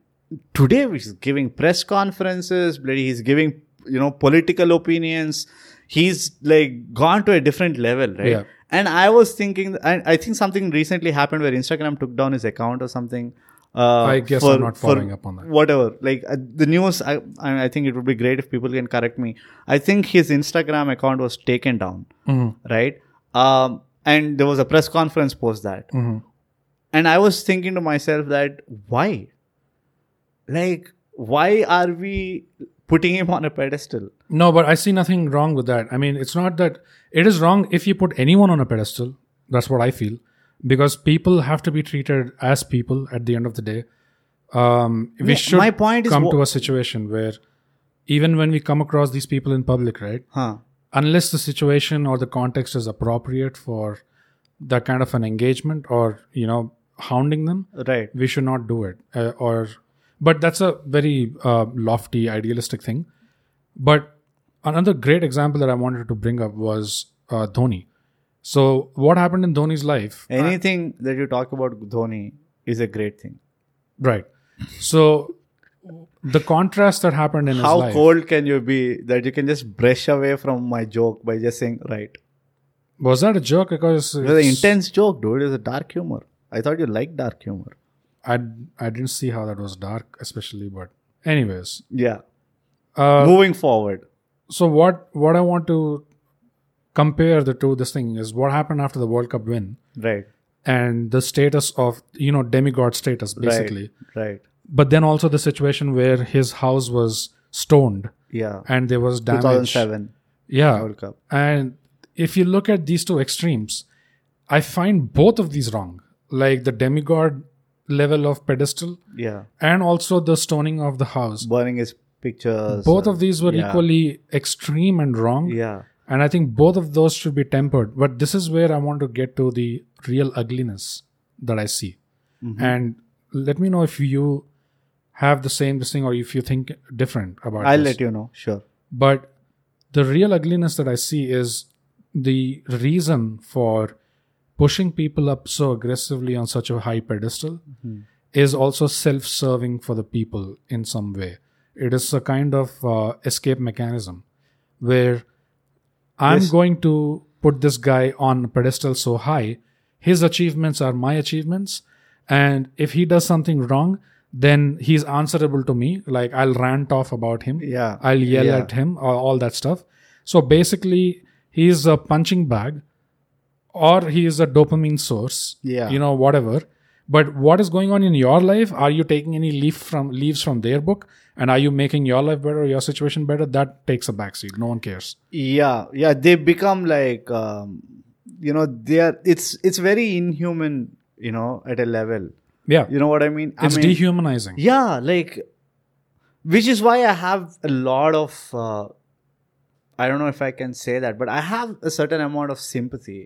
Speaker 1: today he's giving press conferences, bloody he's giving you know political opinions. He's like gone to a different level, right?
Speaker 2: Yeah.
Speaker 1: And I was thinking, and I think something recently happened where Instagram took down his account or something. Uh,
Speaker 2: I guess I'm not following up on that.
Speaker 1: Whatever, like uh, the news, I, I I think it would be great if people can correct me. I think his Instagram account was taken down,
Speaker 2: Mm-hmm.
Speaker 1: right? Um, and there was a press conference post that,
Speaker 2: Mm-hmm.
Speaker 1: and I was thinking to myself that why, like, why are we putting him on a pedestal?
Speaker 2: No, but I see nothing wrong with that. I mean, it's not that it is wrong if you put anyone on a pedestal. That's what I feel because people have to be treated as people at the end of the day. Um, we
Speaker 1: Yeah,
Speaker 2: should
Speaker 1: my point is
Speaker 2: come
Speaker 1: wha-
Speaker 2: to a situation where even when we come across these people in public, right?
Speaker 1: Huh?
Speaker 2: Unless the situation or the context is appropriate for that kind of an engagement or, you know, hounding them,
Speaker 1: Right.
Speaker 2: we should not do it uh, or but that's a very uh, lofty idealistic thing but another great example that i wanted to bring up was uh, dhoni so what happened in dhoni's life
Speaker 1: Anything that you talk about Dhoni is a great thing.
Speaker 2: right so the contrast that happened in
Speaker 1: How
Speaker 2: his life
Speaker 1: cold can you be that you can just brush away from my joke by just saying right?
Speaker 2: was that a joke because
Speaker 1: It was an
Speaker 2: it's-
Speaker 1: intense joke, dude. It was a dark humor. I thought you liked dark humor.
Speaker 2: I, I didn't see how that was dark especially but anyways
Speaker 1: Yeah.
Speaker 2: uh,
Speaker 1: Moving forward.
Speaker 2: so what what i want to compare the two this thing is what happened after the world cup win
Speaker 1: Right.
Speaker 2: and the status of you know demigod status basically
Speaker 1: Right. Right.
Speaker 2: but then also the situation where his house was stoned
Speaker 1: Yeah.
Speaker 2: and there was damage
Speaker 1: 2007
Speaker 2: Uh, yeah
Speaker 1: World Cup.
Speaker 2: and if you look at these two extremes i find both of these wrong like the demigod level of pedestal
Speaker 1: Yeah.
Speaker 2: and also the stoning of the house
Speaker 1: Burning his pictures.
Speaker 2: both of these were
Speaker 1: yeah.
Speaker 2: equally extreme and wrong
Speaker 1: Yeah.
Speaker 2: and i think both of those should be tempered but this is where i want to get to the real ugliness that i see
Speaker 1: Mm-hmm.
Speaker 2: and let me know if you have the same this thing or if you think different about
Speaker 1: I'll
Speaker 2: this.
Speaker 1: let you know. Sure.
Speaker 2: but the real ugliness that i see is the reason for pushing people up so aggressively on such a high pedestal
Speaker 1: Mm-hmm.
Speaker 2: is also self-serving for the people in some way it is a kind of uh, escape mechanism where i'm
Speaker 1: Yes.
Speaker 2: going to put this guy on a pedestal so high his achievements are my achievements and if he does something wrong then he's answerable to me like i'll rant off about him
Speaker 1: Yeah.
Speaker 2: i'll yell
Speaker 1: Yeah.
Speaker 2: at him or all that stuff so basically he's a punching bag or he is a dopamine source
Speaker 1: Yeah.
Speaker 2: you know whatever but what is going on in your life are you taking any leaf from leaves from their book and are you making your life better your situation better that takes a backseat no one cares
Speaker 1: yeah yeah they become like um, you know they are it's it's very inhuman you know at a level
Speaker 2: yeah
Speaker 1: you know what i mean
Speaker 2: it's
Speaker 1: i mean
Speaker 2: dehumanizing
Speaker 1: yeah like which is why i have a lot of uh, i don't know if i can say that but i have a certain amount of sympathy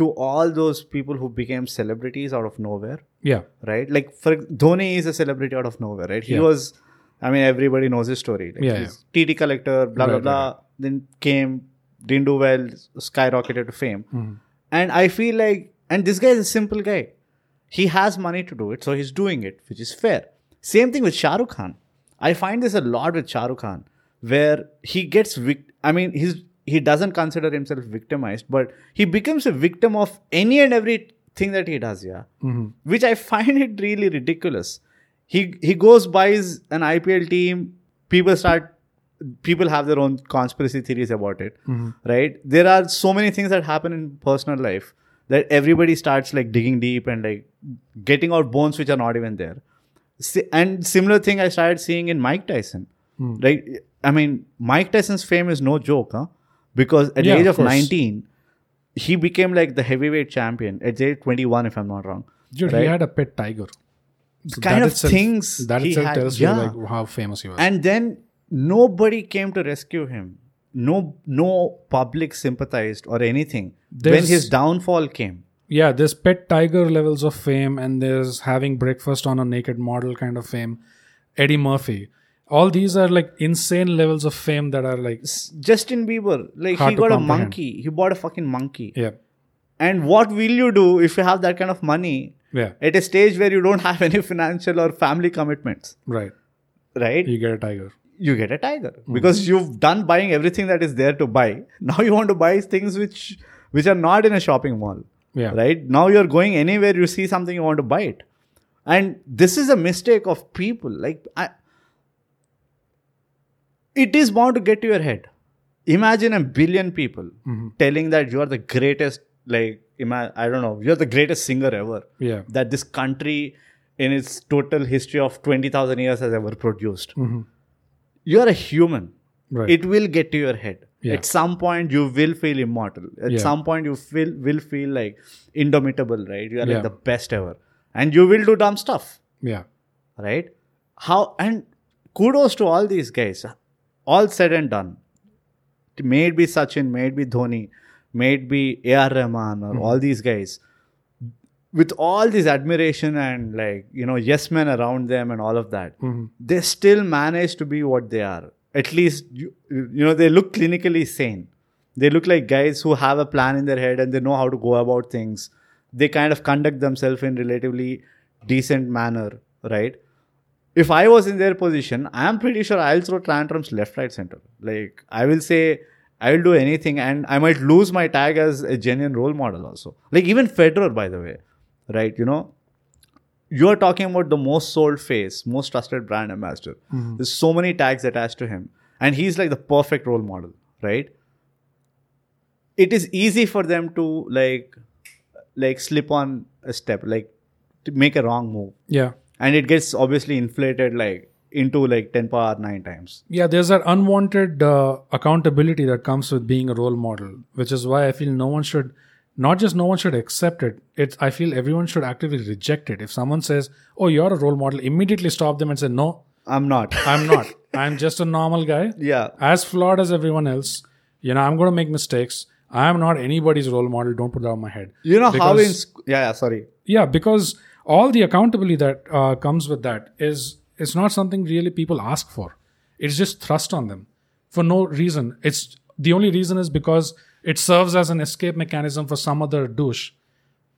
Speaker 1: to all those people who became celebrities out of nowhere
Speaker 2: yeah
Speaker 1: right? Like for Dhoni is a celebrity out of nowhere, right? He
Speaker 2: Yeah.
Speaker 1: was, I mean, everybody knows his story. Like
Speaker 2: Yeah,
Speaker 1: he's TT collector, blah blah
Speaker 2: Right,
Speaker 1: blah. Then came, didn't do well, skyrocketed to fame.
Speaker 2: Mm-hmm.
Speaker 1: And I feel like, and this guy is a simple guy. He has money to do it, so he's doing it, which is fair. Same thing with Shah Rukh Khan. I find this a lot with Shah Rukh Khan, where he gets vic- I mean, he's he doesn't consider himself victimized, but he becomes a victim of any and every thing that he does. Yeah
Speaker 2: Mm-hmm.
Speaker 1: which I *laughs* find it really ridiculous. He he goes buys an IPL team. People start people have their own conspiracy theories about it,
Speaker 2: Mm-hmm.
Speaker 1: right? There are so many things that happen in personal life that everybody starts like digging deep and like getting out bones which are not even there. Si- And similar thing I started seeing in Mike Tyson,
Speaker 2: Hmm.
Speaker 1: right? I mean, Mike Tyson's fame is no joke, huh? Because at
Speaker 2: Yeah,
Speaker 1: the age
Speaker 2: of
Speaker 1: of
Speaker 2: course.
Speaker 1: nineteen, he became like the heavyweight champion at the age twenty one, if I'm not wrong.
Speaker 2: dude he
Speaker 1: Right.
Speaker 2: had a pet tiger So
Speaker 1: Kind
Speaker 2: that
Speaker 1: of things
Speaker 2: that
Speaker 1: he
Speaker 2: itself
Speaker 1: had-
Speaker 2: tells
Speaker 1: yeah.
Speaker 2: you like how famous he was
Speaker 1: and then nobody came to rescue him no no public sympathized or anything when
Speaker 2: There's-
Speaker 1: his downfall came
Speaker 2: yeah there's pet tiger levels of fame and there's having breakfast on a naked model kind of fame eddie murphy all these are like insane levels of fame that are like
Speaker 1: justin bieber like
Speaker 2: Hard
Speaker 1: he
Speaker 2: to
Speaker 1: got a
Speaker 2: comprehend.
Speaker 1: monkey he bought a fucking monkey
Speaker 2: yeah
Speaker 1: And what will you do if you have that kind of money
Speaker 2: Yeah.
Speaker 1: at a stage where you don't have any financial or family commitments,
Speaker 2: Right.
Speaker 1: right?
Speaker 2: You get a tiger.
Speaker 1: you get a tiger
Speaker 2: Mm-hmm.
Speaker 1: because you've done buying everything that is there to buy now you want to buy things which which are not in a shopping mall
Speaker 2: Yeah.
Speaker 1: right now you're going anywhere you see something you want to buy it and this is a mistake of people like I, it is bound to get to your head imagine a billion people telling that you are the greatest like ima- i don't know you're the greatest singer ever
Speaker 2: Yeah.
Speaker 1: that this country in its total history of 20,000 years has ever produced. You're a human.
Speaker 2: Mm-hmm. Right.
Speaker 1: It will get to your head.
Speaker 2: Yeah.
Speaker 1: At some point, you will feel immortal. At
Speaker 2: Yeah.
Speaker 1: some point, you feel, will feel like indomitable, right? You are
Speaker 2: Yeah.
Speaker 1: like the best ever. And you will do dumb stuff,
Speaker 2: yeah.
Speaker 1: right? How, and kudos to all these guys. All said and done. May it be Sachin, may it be Dhoni, may it be A.R. Rahman
Speaker 2: Mm-hmm.
Speaker 1: or all these guys with all this admiration and like you know yes men around them and all of that
Speaker 2: Mm-hmm.
Speaker 1: they still manage to be what they are at least you, you know they look clinically sane they look like guys who have a plan in their head and they know how to go about things they kind of conduct themselves in relatively decent manner right if i was in their position i'm pretty sure i'll throw tantrums left right center like i will say i'll do anything and i might lose my tag as a genuine role model also like even federer by the way right you know you're talking about the most sold face, most trusted brand ambassador. There's so many tags attached to him. And he's like the perfect role model, right? It is easy for them to like like slip on a step, like to make a wrong move.
Speaker 2: Yeah.
Speaker 1: And it gets obviously inflated like into like 10 power 9 times.
Speaker 2: Yeah, there's that unwanted uh, accountability that comes with being a role model, which is why I feel no one should, not just no one should accept it. It's I feel everyone should actively reject it. If someone says, "Oh, you're a role model," immediately stop them and say, "No,
Speaker 1: I'm not.
Speaker 2: I'm not. I'm just a normal guy,
Speaker 1: *laughs* yeah.
Speaker 2: as flawed as everyone else. You know, I'm going to make mistakes. I am not anybody's role model. Don't put that on my head."
Speaker 1: You know how in
Speaker 2: Because-
Speaker 1: sc- yeah, yeah, sorry.
Speaker 2: yeah because all the accountability that uh, comes with that is it's not something really people ask for it's just thrust on them for no reason it's the only reason is because it serves as an escape mechanism for some other douche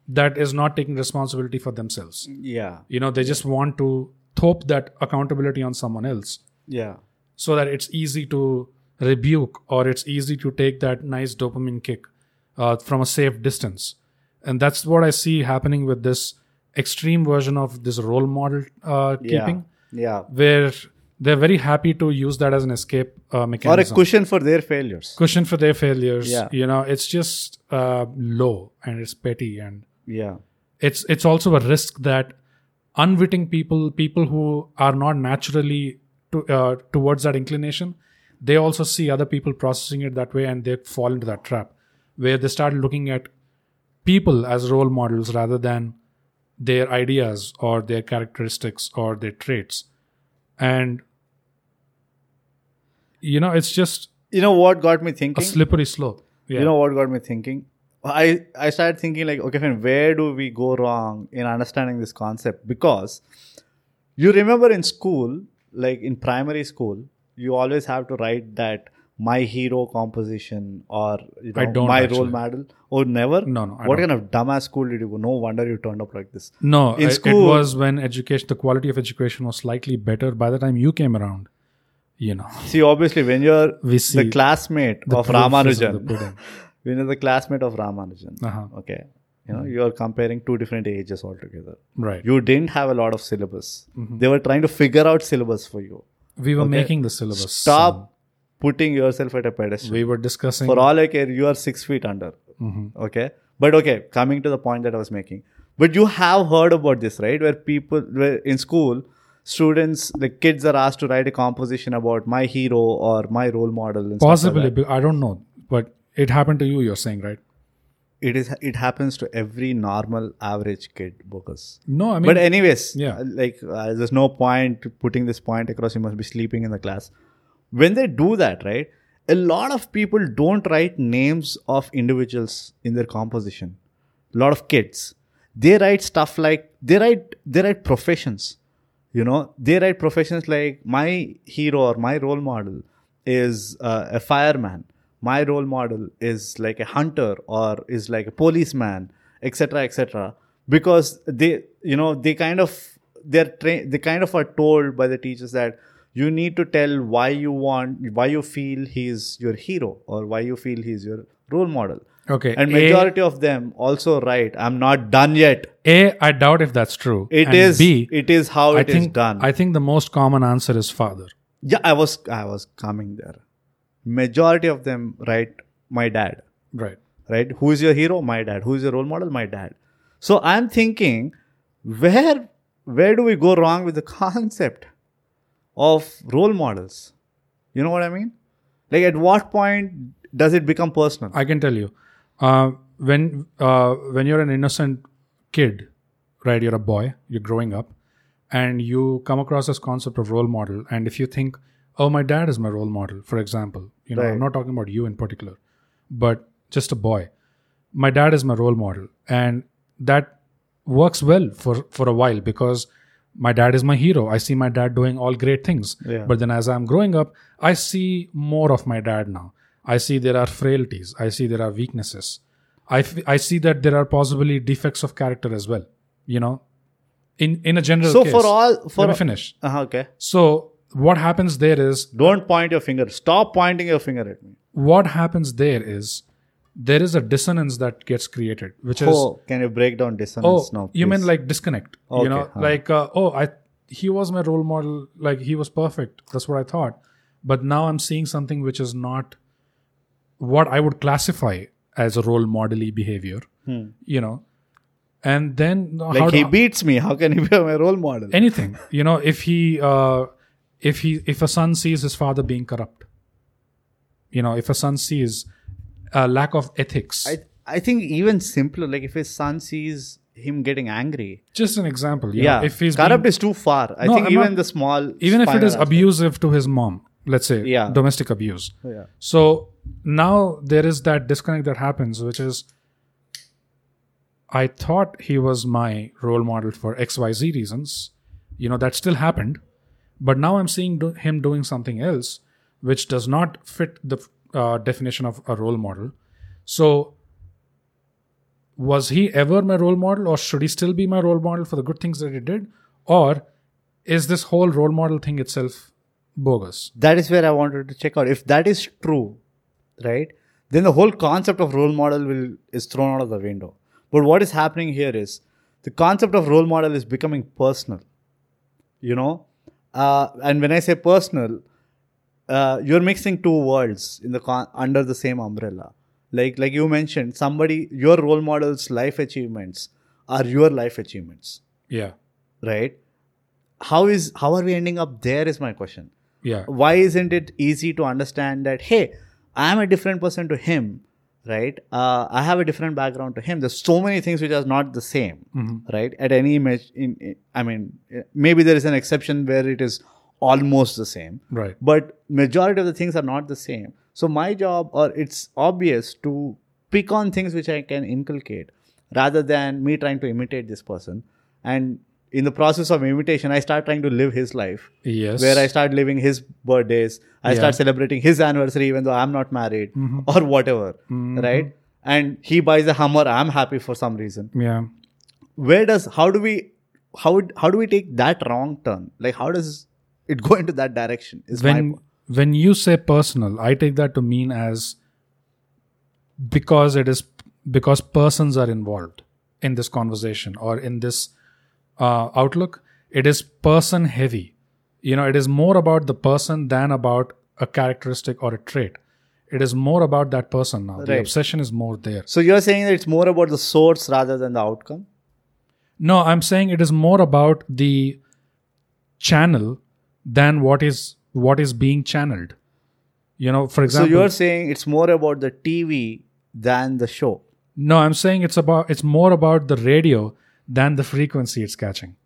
Speaker 2: that is not taking responsibility for themselves
Speaker 1: Yeah.
Speaker 2: you know they just want to thrope that accountability on someone else
Speaker 1: Yeah.
Speaker 2: so that it's easy to rebuke or it's easy to take that nice dopamine kick uh, from a safe distance. And that's what I see happening with this extreme version of this role model uh, keeping,
Speaker 1: Yeah.
Speaker 2: where they're very happy to use that as an escape uh,
Speaker 1: yeah. Or a
Speaker 2: mechanism.
Speaker 1: cushion for their failures.
Speaker 2: cushion for their failures.
Speaker 1: Yeah.
Speaker 2: You know, it's just uh, low and it's petty and
Speaker 1: Yeah.
Speaker 2: it's it's also a risk that unwitting people people who are not naturally to, uh, towards that inclination they also see other people processing it that way and they fall into that trap where they start looking at people as role models rather than their ideas or their characteristics or their traits and you know it's just
Speaker 1: You know what got me
Speaker 2: a
Speaker 1: thinking?
Speaker 2: slippery slope yeah
Speaker 1: You know what got me thinking? I, I started thinking like, okay, fine, where do we go wrong in understanding this concept? Because you remember in school, like in primary school, you always have to write that my hero composition or you know,
Speaker 2: I don't
Speaker 1: my
Speaker 2: actually.
Speaker 1: role model. Oh, never?
Speaker 2: No, no, I
Speaker 1: what
Speaker 2: don't.
Speaker 1: kind of dumbass school did you go? No wonder you turned up like this.
Speaker 2: No,
Speaker 1: In
Speaker 2: I-
Speaker 1: school-
Speaker 2: it was when education, the quality of education was slightly better by the time you came around. You know,
Speaker 1: See, obviously, when you're
Speaker 2: We
Speaker 1: the
Speaker 2: see
Speaker 1: classmate of
Speaker 2: proof is in the
Speaker 1: Ramanujan,
Speaker 2: pudding.
Speaker 1: *laughs* when you're the classmate of Ramanujan,
Speaker 2: Uh-huh.
Speaker 1: okay, you know, you're comparing two different ages altogether.
Speaker 2: right.
Speaker 1: you didn't have a lot of syllabus.
Speaker 2: Mm-hmm.
Speaker 1: They were trying to figure out syllabus for you.
Speaker 2: We were making the syllabus.
Speaker 1: Stop
Speaker 2: son.
Speaker 1: putting yourself at a pedestal.
Speaker 2: We were discussing.
Speaker 1: For all I care, you are six feet under.
Speaker 2: Mm-hmm.
Speaker 1: Okay. But okay, coming to the point that I was making. But you have heard about this, right? Where people where in school, students, the kids are asked to write a composition about my hero or my role model. And stuff like
Speaker 2: possibly,
Speaker 1: that.
Speaker 2: be- I don't know, but it happened to you. You're saying, right?
Speaker 1: it is. It happens to every normal, average kid, Bogus.
Speaker 2: No, I mean,
Speaker 1: but anyways,
Speaker 2: yeah.
Speaker 1: like uh, there's no point to putting this point across. You must be sleeping in the class. When they do that, right? A lot of people don't write names of individuals in their composition. A lot of kids, they write stuff like they write they write professions. You know, they write professions like my hero or my role model is uh, a fireman. my role model is like a hunter or is like a policeman etc etc because they you know they kind of they're tra- they kind of are told by the teachers that you need to tell why you want why you feel he's your hero or why you feel he's your role model
Speaker 2: Okay.
Speaker 1: and
Speaker 2: A-
Speaker 1: majority of them also write i'm not done yet
Speaker 2: A, I doubt if that's true.
Speaker 1: It
Speaker 2: and
Speaker 1: is.
Speaker 2: B,
Speaker 1: it is how
Speaker 2: I
Speaker 1: it is
Speaker 2: think
Speaker 1: done
Speaker 2: I think the most common answer is father.
Speaker 1: yeah i was i was coming there majority of them write my dad
Speaker 2: Right.
Speaker 1: right who is your hero my dad who is your role model my dad so i'm thinking where where do we go wrong with the concept of role models you know what i mean like at what point does it become personal
Speaker 2: I can tell you, uh, when uh, when you're an innocent kid, right? You're a boy. You're growing up, and you come across this concept of role model. And if you think, "Oh, my dad is my role model," for example, you know, I'm
Speaker 1: Right.
Speaker 2: not talking about you in particular, but just a boy. My dad is my role model, and that works well for for a while because my dad is my hero. I see my dad doing all great things.
Speaker 1: Yeah.
Speaker 2: But then as I'm growing up, I see more of my dad now. I see there are frailties. I see there are weaknesses. I, f- I see that there are possibly defects of character as well. You know, in in a general
Speaker 1: so
Speaker 2: case.
Speaker 1: for all for
Speaker 2: let me finish.
Speaker 1: uh, okay
Speaker 2: So what happens there is
Speaker 1: don't point your finger stop pointing your finger at me
Speaker 2: what happens there is there is a dissonance that gets created, which is
Speaker 1: oh can you break down dissonance
Speaker 2: oh
Speaker 1: now
Speaker 2: you mean
Speaker 1: please?
Speaker 2: like disconnect you
Speaker 1: Okay,
Speaker 2: know
Speaker 1: huh.
Speaker 2: like uh, oh i he was my role model like he was perfect that's what i thought but now i'm seeing something which is not what i would classify as a role modely behavior you know and then
Speaker 1: Hmm. like
Speaker 2: how do-
Speaker 1: he beats me how can he be my role model
Speaker 2: anything you know if he uh, if he if a son sees his father being corrupt you know if a son sees a lack of ethics
Speaker 1: I, I think even simpler like if his son sees him getting angry
Speaker 2: just an example you know,
Speaker 1: yeah
Speaker 2: if he's being-
Speaker 1: corrupt is too far i
Speaker 2: No,
Speaker 1: think
Speaker 2: I'm
Speaker 1: even
Speaker 2: not-
Speaker 1: the small
Speaker 2: even if it
Speaker 1: spinal
Speaker 2: is
Speaker 1: aspect-
Speaker 2: abusive to his mom let's say
Speaker 1: Yeah.
Speaker 2: domestic abuse
Speaker 1: yeah.
Speaker 2: so now there is that disconnect that happens which is i thought he was my role model for xyz reasons you know that still happened but now i'm seeing do- him doing something else which does not fit the uh, definition of a role model so was he ever my role model or should he still be my role model for the good things that he did or is this whole role model thing itself bogus
Speaker 1: that is where i wanted to check out if that is true right then the whole concept of role model will is thrown out of the window but what is happening here is the concept of role model is becoming personal you know uh, and when i say personal uh, you're mixing two worlds in the con- under the same umbrella like like you mentioned somebody your role model's life achievements are your life achievements
Speaker 2: yeah
Speaker 1: right how is how are we ending up there is my question
Speaker 2: yeah
Speaker 1: why isn't it easy to understand that hey i'm a different person to him right uh, i have a different background to him there's so many things which are not the same right at any image in, in i mean maybe there is an exception where it is almost the same
Speaker 2: right
Speaker 1: but majority of the things are not the same so my job or it's obvious to pick on things which i can inculcate rather than me trying to imitate this person and in the process of imitation i start trying to live his life
Speaker 2: yes
Speaker 1: where I start living his birthdays, I
Speaker 2: Yeah. Mm-hmm.
Speaker 1: start celebrating his anniversary even though I'm not married or whatever, right? And he buys a Hummer, I'm happy for some reason.
Speaker 2: yeah
Speaker 1: Where does how do we how how do we take that wrong turn? Like how does it go *laughs* into that direction? Is
Speaker 2: when
Speaker 1: my
Speaker 2: when you say personal i take that to mean as because it is because persons are involved in this conversation or in this uh, outlook it is person heavy you know it is more about the person than about a characteristic or a trait it is more about that person now the
Speaker 1: Right.
Speaker 2: obsession is more there
Speaker 1: so you're saying that it's more about the source rather than the outcome?
Speaker 2: No, I'm saying it is more about the channel than what is what is being channeled. You know, for
Speaker 1: So
Speaker 2: example,
Speaker 1: you're saying it's more about the TV than the show.
Speaker 2: no, I'm saying it's about it's more about the radio than the frequency it's catching.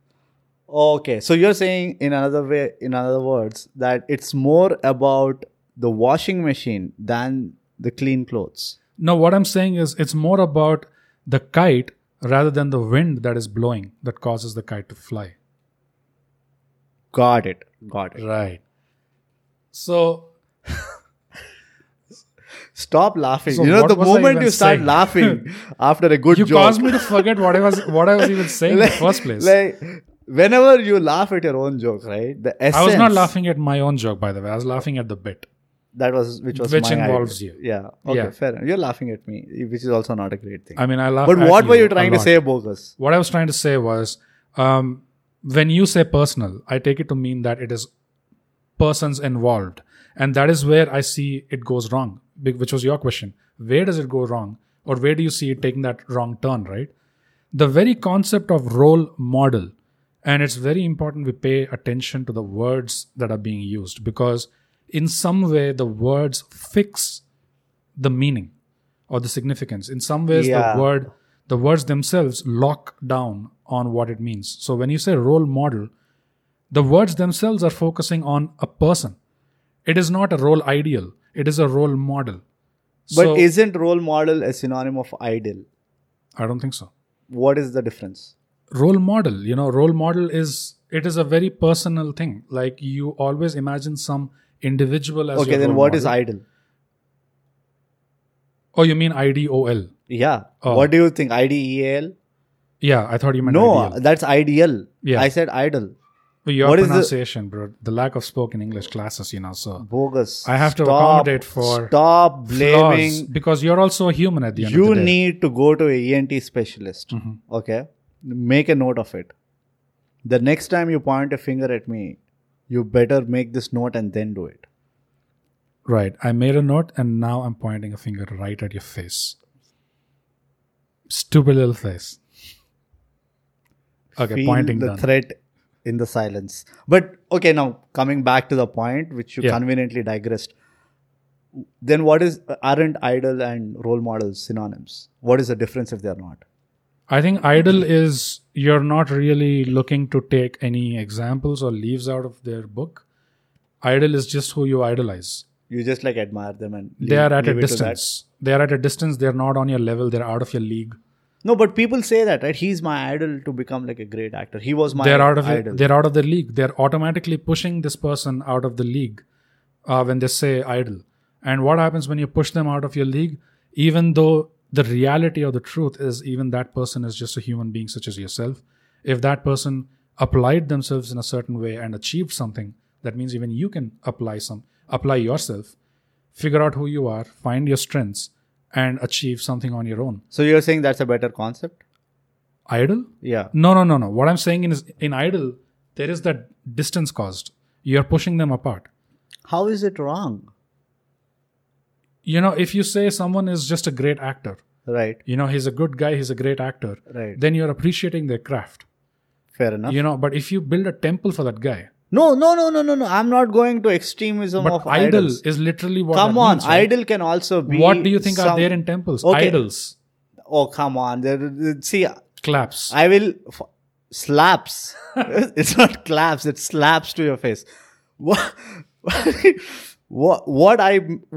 Speaker 1: Okay, so you're saying in another way, in other words, that it's more about the washing machine than the clean clothes.
Speaker 2: No, what I'm saying is it's more about the kite rather than the wind that is blowing that causes the kite to fly.
Speaker 1: Got it. Got it.
Speaker 2: Right. So
Speaker 1: Stop laughing.
Speaker 2: So
Speaker 1: you know,
Speaker 2: what
Speaker 1: the
Speaker 2: was I
Speaker 1: moment
Speaker 2: even
Speaker 1: you start
Speaker 2: saying? *laughs*
Speaker 1: laughing after a good
Speaker 2: You
Speaker 1: joke.
Speaker 2: caused me to forget what I was what I was even saying
Speaker 1: *laughs*
Speaker 2: in the first place.
Speaker 1: Like, whenever you laugh at your own joke, right? The essence.
Speaker 2: I was not laughing at my own joke, by the way. I was laughing at the bit.
Speaker 1: That was which was
Speaker 2: Which
Speaker 1: my
Speaker 2: involves
Speaker 1: idea.
Speaker 2: you.
Speaker 1: Yeah. Okay.
Speaker 2: Yeah.
Speaker 1: Fair. enough. You're laughing at me, which is also not a great thing.
Speaker 2: I mean, I laughed.
Speaker 1: but
Speaker 2: at
Speaker 1: what were you
Speaker 2: a
Speaker 1: trying to
Speaker 2: lot.
Speaker 1: say, bogus?
Speaker 2: What I was trying to say was, um, when you say personal, I take it to mean that it is persons involved, and that is where I see it goes wrong. be- Which was your question: Where does it go wrong, or where do you see it taking that wrong turn? Right. The very concept of role model, and it's very important we pay attention to the words that are being used because, in some way, the words fix the meaning or the significance. In some ways,
Speaker 1: Yeah.
Speaker 2: the word, the words themselves lock down on what it means. So when you say role model, the words themselves are focusing on a person. It is not a role ideal. It is a role model.
Speaker 1: But
Speaker 2: so,
Speaker 1: isn't role model a synonym of ideal?
Speaker 2: I don't think so.
Speaker 1: What is the difference?
Speaker 2: Role model, you know, role model is it is a very personal thing. Like you always imagine some individual as
Speaker 1: okay,
Speaker 2: your
Speaker 1: then
Speaker 2: role
Speaker 1: what is
Speaker 2: model.
Speaker 1: ideal?
Speaker 2: Oh, you mean IDOL?
Speaker 1: Yeah.
Speaker 2: Oh.
Speaker 1: What do you think? IDEAL?
Speaker 2: Yeah, I thought you meant
Speaker 1: No,
Speaker 2: ideal.
Speaker 1: that's ideal.
Speaker 2: Yeah.
Speaker 1: I said idle.
Speaker 2: Your
Speaker 1: What is the-
Speaker 2: pronunciation, bro. The lack of spoken English classes, you know. So
Speaker 1: Bogus.
Speaker 2: I have to
Speaker 1: Stop-
Speaker 2: accommodate for
Speaker 1: Stop blaming.
Speaker 2: flaws, because you're also a human at the end
Speaker 1: you
Speaker 2: of the day. Mm-hmm.
Speaker 1: need to go to a ENT specialist. Okay, make a note of it. The next time you point a finger at me, you better make this note and then do it.
Speaker 2: right. I made a note, and now I'm pointing a finger right at your face. Stupid little face. Okay,
Speaker 1: Feel
Speaker 2: pointing
Speaker 1: the
Speaker 2: done.
Speaker 1: threat in the silence. But okay, now coming back to the point, which you
Speaker 2: Yeah.
Speaker 1: conveniently digressed. Then what is aren't idol and role models synonyms? What is the difference if they are not?
Speaker 2: I think idle is you're not really looking to take any examples or leaves out of their book. Idle is just who you idolize.
Speaker 1: You just like admire them and
Speaker 2: they
Speaker 1: leave-
Speaker 2: are at a
Speaker 1: leave it to that.
Speaker 2: distance. They are at a distance. They are not on your level. They're out of your league.
Speaker 1: No, but people say that, right? He's my idol to become like a great actor. He was my
Speaker 2: they're out of
Speaker 1: idol.
Speaker 2: they're out of the league. They're automatically pushing this person out of the league uh, when they say idle. And what happens when you push them out of your league? Even though the reality or the truth is, even that person is just a human being such as yourself. If that person applied themselves in a certain way and achieved something, that means even you can apply some apply yourself, figure out who you are, find your strengths, and achieve something on your own.
Speaker 1: So you're saying that's a better concept?
Speaker 2: Idle
Speaker 1: Yeah.
Speaker 2: No, no, no, no. What I'm saying is, in idle, there is that distance caused. You're pushing them apart.
Speaker 1: How is it wrong?
Speaker 2: You know, if you say someone is just a great actor,
Speaker 1: Right.
Speaker 2: you know, he's a good guy, he's a great actor,
Speaker 1: Right.
Speaker 2: then you're appreciating their craft.
Speaker 1: Fair enough.
Speaker 2: You know, but if you build a temple for that guy,
Speaker 1: no, no, no, no, no, no. I'm not going to extremism
Speaker 2: but
Speaker 1: of
Speaker 2: idol
Speaker 1: idols.
Speaker 2: is literally what.
Speaker 1: Come
Speaker 2: that
Speaker 1: on,
Speaker 2: means, right?
Speaker 1: idol can also be.
Speaker 2: What do you think are
Speaker 1: some-
Speaker 2: there in temples?
Speaker 1: Okay.
Speaker 2: Idols,
Speaker 1: Oh, come on. There- See,
Speaker 2: claps.
Speaker 1: I will f- slaps. *laughs* it's not claps. It slaps to your face. *laughs* What, what what I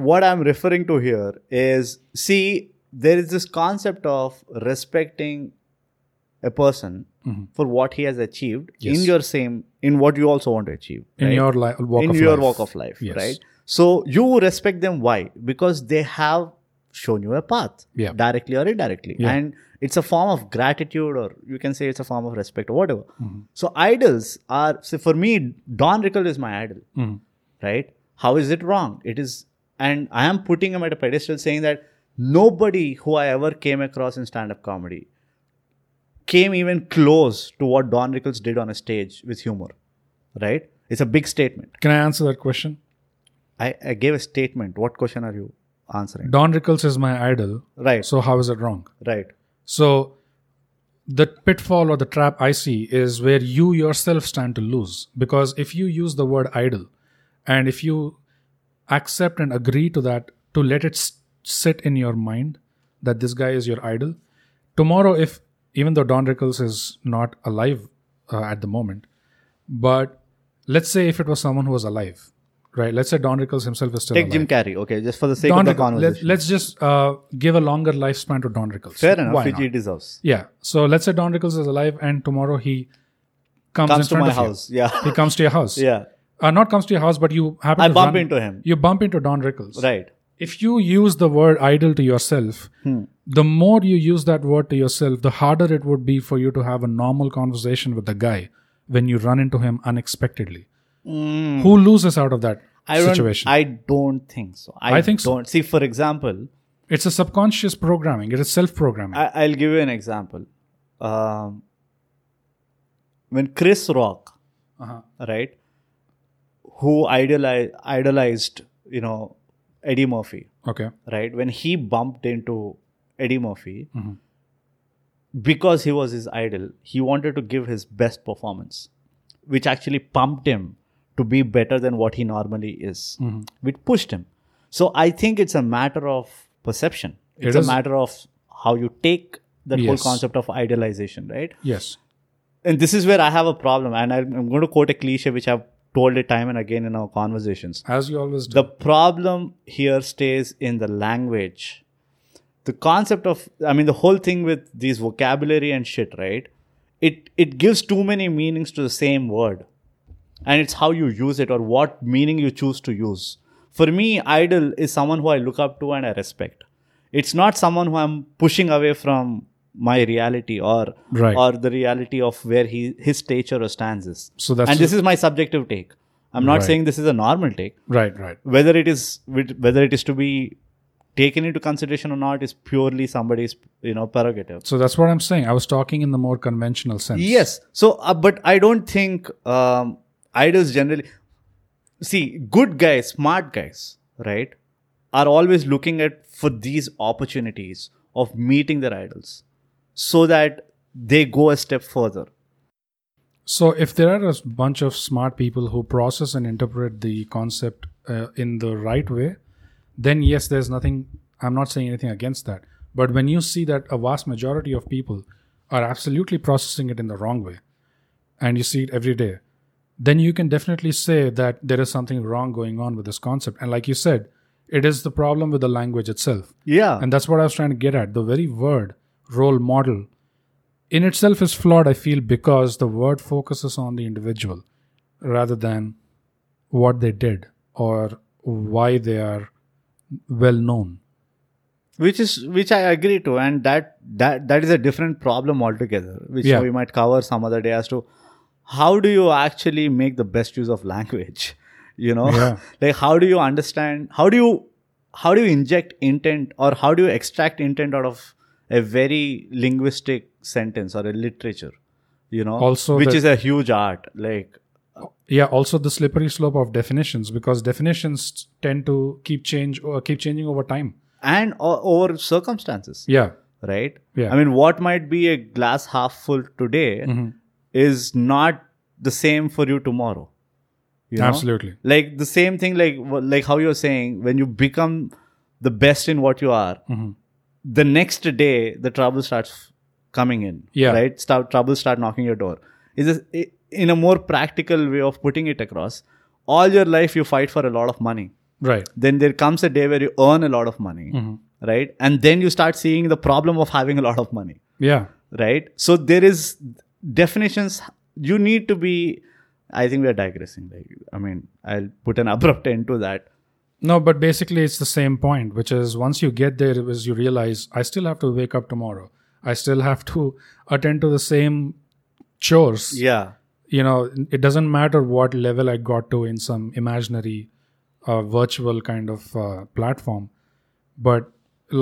Speaker 1: what I'm referring to here is see there is this concept of respecting a person for what he has achieved in
Speaker 2: Mm-hmm. Yes.
Speaker 1: your same in what you also want to achieve
Speaker 2: in
Speaker 1: right?
Speaker 2: your li- walk
Speaker 1: in
Speaker 2: of
Speaker 1: your
Speaker 2: life.
Speaker 1: walk of life
Speaker 2: Yes.
Speaker 1: right so you respect them why because they have shown you a path
Speaker 2: Yeah.
Speaker 1: directly or indirectly
Speaker 2: Yeah.
Speaker 1: and it's a form of gratitude or you can say it's a form of respect or whatever
Speaker 2: Mm-hmm.
Speaker 1: so idols are so for me don rickle is my idol
Speaker 2: Mhm.
Speaker 1: right how is it wrong it is and i am putting him at a pedestal saying that nobody who i ever came across in stand-up comedy came even close to what don rickles did on a stage with humor right it's a big statement
Speaker 2: Can I answer that question?
Speaker 1: I, I gave a statement. What question are you answering?
Speaker 2: Don Rickles is my idol.
Speaker 1: Right,
Speaker 2: So how is it wrong?
Speaker 1: right.
Speaker 2: So the pitfall or the trap I see is where you yourself stand to lose. Because if you use the word idol and if you accept and agree to that, to let it s- sit in your mind that this guy is your idol, tomorrow, if even though Don Rickles is not alive uh, at the moment, but let's say if it was someone who was alive, right? Let's say Don Rickles himself is still
Speaker 1: Take
Speaker 2: alive.
Speaker 1: Jim Carrey, okay, just for the sake
Speaker 2: Don
Speaker 1: of the
Speaker 2: Rickles,
Speaker 1: conversation.
Speaker 2: let, us just uh, give a longer lifespan to Don Rickles.
Speaker 1: Fair enough,
Speaker 2: Why
Speaker 1: which
Speaker 2: not?
Speaker 1: he deserves.
Speaker 2: Yeah. So let's say Don Rickles is alive and tomorrow he comes,
Speaker 1: Comes
Speaker 2: in
Speaker 1: to
Speaker 2: front
Speaker 1: my
Speaker 2: of you.
Speaker 1: house. Yeah,
Speaker 2: He comes to your house.
Speaker 1: yeah.
Speaker 2: Uh, not comes to your house, but you happen
Speaker 1: I
Speaker 2: to
Speaker 1: bump
Speaker 2: run-
Speaker 1: into him.
Speaker 2: You bump into Don Rickles.
Speaker 1: Right.
Speaker 2: if you use the word idol to yourself,
Speaker 1: Hmm.
Speaker 2: the more you use that word to yourself, the harder it would be for you to have a normal conversation with the guy when you run into him unexpectedly. Who loses out of that
Speaker 1: Mm. Hmm. I don't,
Speaker 2: situation?
Speaker 1: I don't think so. I,
Speaker 2: I think so.
Speaker 1: don't. See, for example,
Speaker 2: it's a subconscious programming. It is self-programming.
Speaker 1: I, I'll give you an example. Um, when Chris Rock,
Speaker 2: Uh-huh.
Speaker 1: right, who idolized, idolized, you know, Eddie Murphy,
Speaker 2: okay.
Speaker 1: right, when he bumped into Eddie Murphy,
Speaker 2: Mm-hmm.
Speaker 1: because he was his idol, he wanted to give his best performance, which actually pumped him to be better than what he normally is,
Speaker 2: Mm-hmm.
Speaker 1: which pushed him. So I think it's a matter of perception.
Speaker 2: It
Speaker 1: It's a
Speaker 2: is.
Speaker 1: matter of how you take that whole
Speaker 2: Yes.
Speaker 1: concept of idolization, right?
Speaker 2: Yes.
Speaker 1: and this is where I have a problem, and I'm I'm going to quote a cliche which I've told it time and again in our conversations.
Speaker 2: As you always do.
Speaker 1: The problem here stays in the language. The concept of, I mean, the whole thing with these vocabulary and shit, right? It it gives too many meanings to the same word, and it's how you use it or what meaning you choose to use. For me, idol is someone who I look up to and I respect. It's not someone who I'm pushing away from my reality or
Speaker 2: Right.
Speaker 1: or the reality of where he his stature or stance is.
Speaker 2: So that's
Speaker 1: and this is my subjective take. I'm not
Speaker 2: Right.
Speaker 1: saying this is a normal take
Speaker 2: right, right.
Speaker 1: whether it is with- whether it is to be taken into consideration or not is purely somebody's you know prerogative
Speaker 2: So that's what I'm saying. I was talking in the more conventional sense.
Speaker 1: yes so uh, but i don't think um, idols generally see good guys smart guys right are always looking at for these opportunities of meeting their idols so that they go a step further
Speaker 2: So, if there are a s- bunch of smart people who process and interpret the concept uh, in the right way, then yes, there's nothing, I'm not saying anything against that. But when you see that a vast majority of people are absolutely processing it in the wrong way, and you see it every day, then you can definitely say that there is something wrong going on with this concept. And like you said, it is the problem with the language itself.
Speaker 1: yeah
Speaker 2: And that's what I was trying to get at. The very word role model in itself is flawed, I feel, because the word focuses on the individual rather than what they did or why they are well known.
Speaker 1: which is which i agree to and that that that is a different problem altogether which
Speaker 2: Yeah.
Speaker 1: we might cover some other day as to how do you actually make the best use of language *laughs* you know
Speaker 2: Yeah.
Speaker 1: *laughs* like how do you understand how do you how do you inject intent or how do you extract intent out of a very linguistic sentence or a literature you know
Speaker 2: Also
Speaker 1: which
Speaker 2: the-
Speaker 1: is a huge art like
Speaker 2: Yeah, also the slippery slope of definitions because definitions tend to keep change or keep changing over time.
Speaker 1: and o- over circumstances
Speaker 2: Yeah.
Speaker 1: right?
Speaker 2: Yeah. Mm-hmm.
Speaker 1: I mean, what might be a glass half full today is not the same for you tomorrow. You know?
Speaker 2: Absolutely.
Speaker 1: Like the same thing, like like how you're saying, when you become the best in what you are,
Speaker 2: Mm-hmm.
Speaker 1: the next day the trouble starts coming in.
Speaker 2: Yeah.
Speaker 1: Right? Start, trouble start knocking your door. Is this, in a more practical way of putting it across? All your life you fight for a lot of money
Speaker 2: Right. Mm-hmm.
Speaker 1: then there comes a day where you earn a lot of money
Speaker 2: Hmm.
Speaker 1: right and then you start seeing the problem of having a lot of money
Speaker 2: Yeah.
Speaker 1: right so there is definitions you need to be i think we are digressing like i mean i'll put an *laughs* abrupt end to that
Speaker 2: No, but basically it's the same point, which is once you get there is you realize I still have to wake up tomorrow. I still have to *laughs* attend to the same chores.
Speaker 1: yeah
Speaker 2: You know, it doesn't matter what level I got to in some imaginary uh, virtual kind of uh, platform, but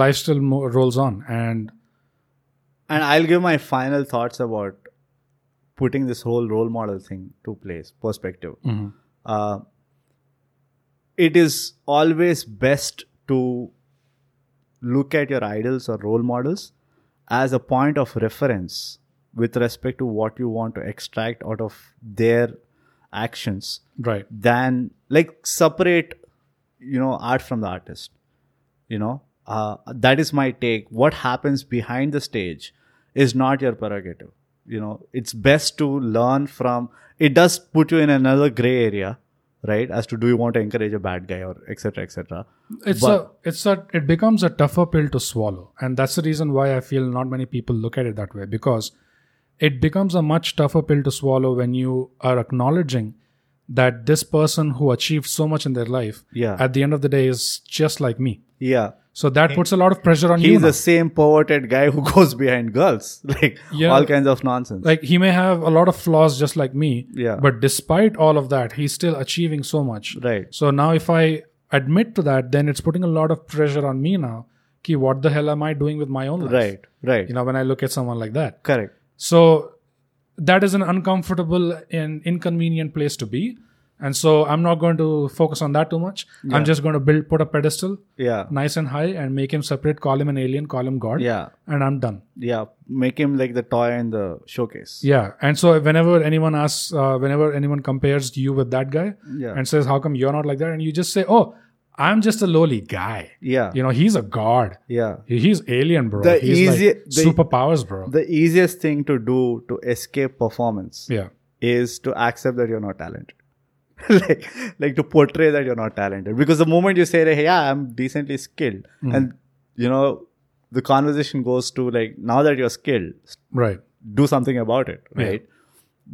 Speaker 2: life still mo- rolls on. And
Speaker 1: and i'll give my final thoughts about putting this whole role model thing to place perspective uh, it is always best to look at your idols or role models as a point of reference with respect to what you want to extract out of their actions
Speaker 2: right,
Speaker 1: than like separate you know art from the artist you know uh, that is my take what happens behind the stage is not your prerogative you know it's best to learn from it does put you in another gray area right as to do you want to encourage a bad guy or etc etc
Speaker 2: it's a it's a it becomes a tougher pill to swallow, and that's the reason why I feel not many people look at it that way because it becomes a much tougher pill to swallow when you are acknowledging that this person who achieved so much in their life
Speaker 1: Yeah.
Speaker 2: at the end of the day is just like me.
Speaker 1: Yeah.
Speaker 2: So that puts a lot of pressure on you.
Speaker 1: He's
Speaker 2: now.
Speaker 1: the same perverted guy who *laughs* goes behind girls. *laughs* Like
Speaker 2: Yeah.
Speaker 1: all kinds of nonsense.
Speaker 2: like he may have a lot of flaws just like me.
Speaker 1: Yeah.
Speaker 2: But despite all of that, he's still achieving so much.
Speaker 1: right.
Speaker 2: So now if I admit to that, then it's putting a lot of pressure on me now. Ki, what the hell am I doing with my own life?
Speaker 1: Right. Right.
Speaker 2: You know, when I look at someone like that.
Speaker 1: Correct.
Speaker 2: So that is an uncomfortable and inconvenient place to be. And so I'm not going to focus on that too much. I'm just going to build, put a pedestal
Speaker 1: Yeah.
Speaker 2: nice and high and make him separate, call him an alien, call him God.
Speaker 1: Yeah.
Speaker 2: And I'm done.
Speaker 1: Yeah. Make him like the toy in the showcase.
Speaker 2: Yeah. And so whenever anyone asks, uh, whenever anyone compares you with that guy
Speaker 1: Yeah.
Speaker 2: and says, how come you're not like that? And you just say, oh, I'm just a lowly guy.
Speaker 1: Yeah.
Speaker 2: You know, he's a God.
Speaker 1: Yeah.
Speaker 2: He- He's alien, bro.
Speaker 1: The
Speaker 2: he's
Speaker 1: easy-
Speaker 2: like
Speaker 1: the-
Speaker 2: superpowers, bro.
Speaker 1: The easiest thing to do to escape performance
Speaker 2: yeah.
Speaker 1: is to accept that you're not talented. *laughs* like like to portray that you're not talented. Because the moment you say, Hey, yeah, I'm decently skilled
Speaker 2: Mm-hmm.
Speaker 1: and you know, the conversation goes to like now that you're skilled,
Speaker 2: Right.
Speaker 1: do something about it,
Speaker 2: Yeah.
Speaker 1: right?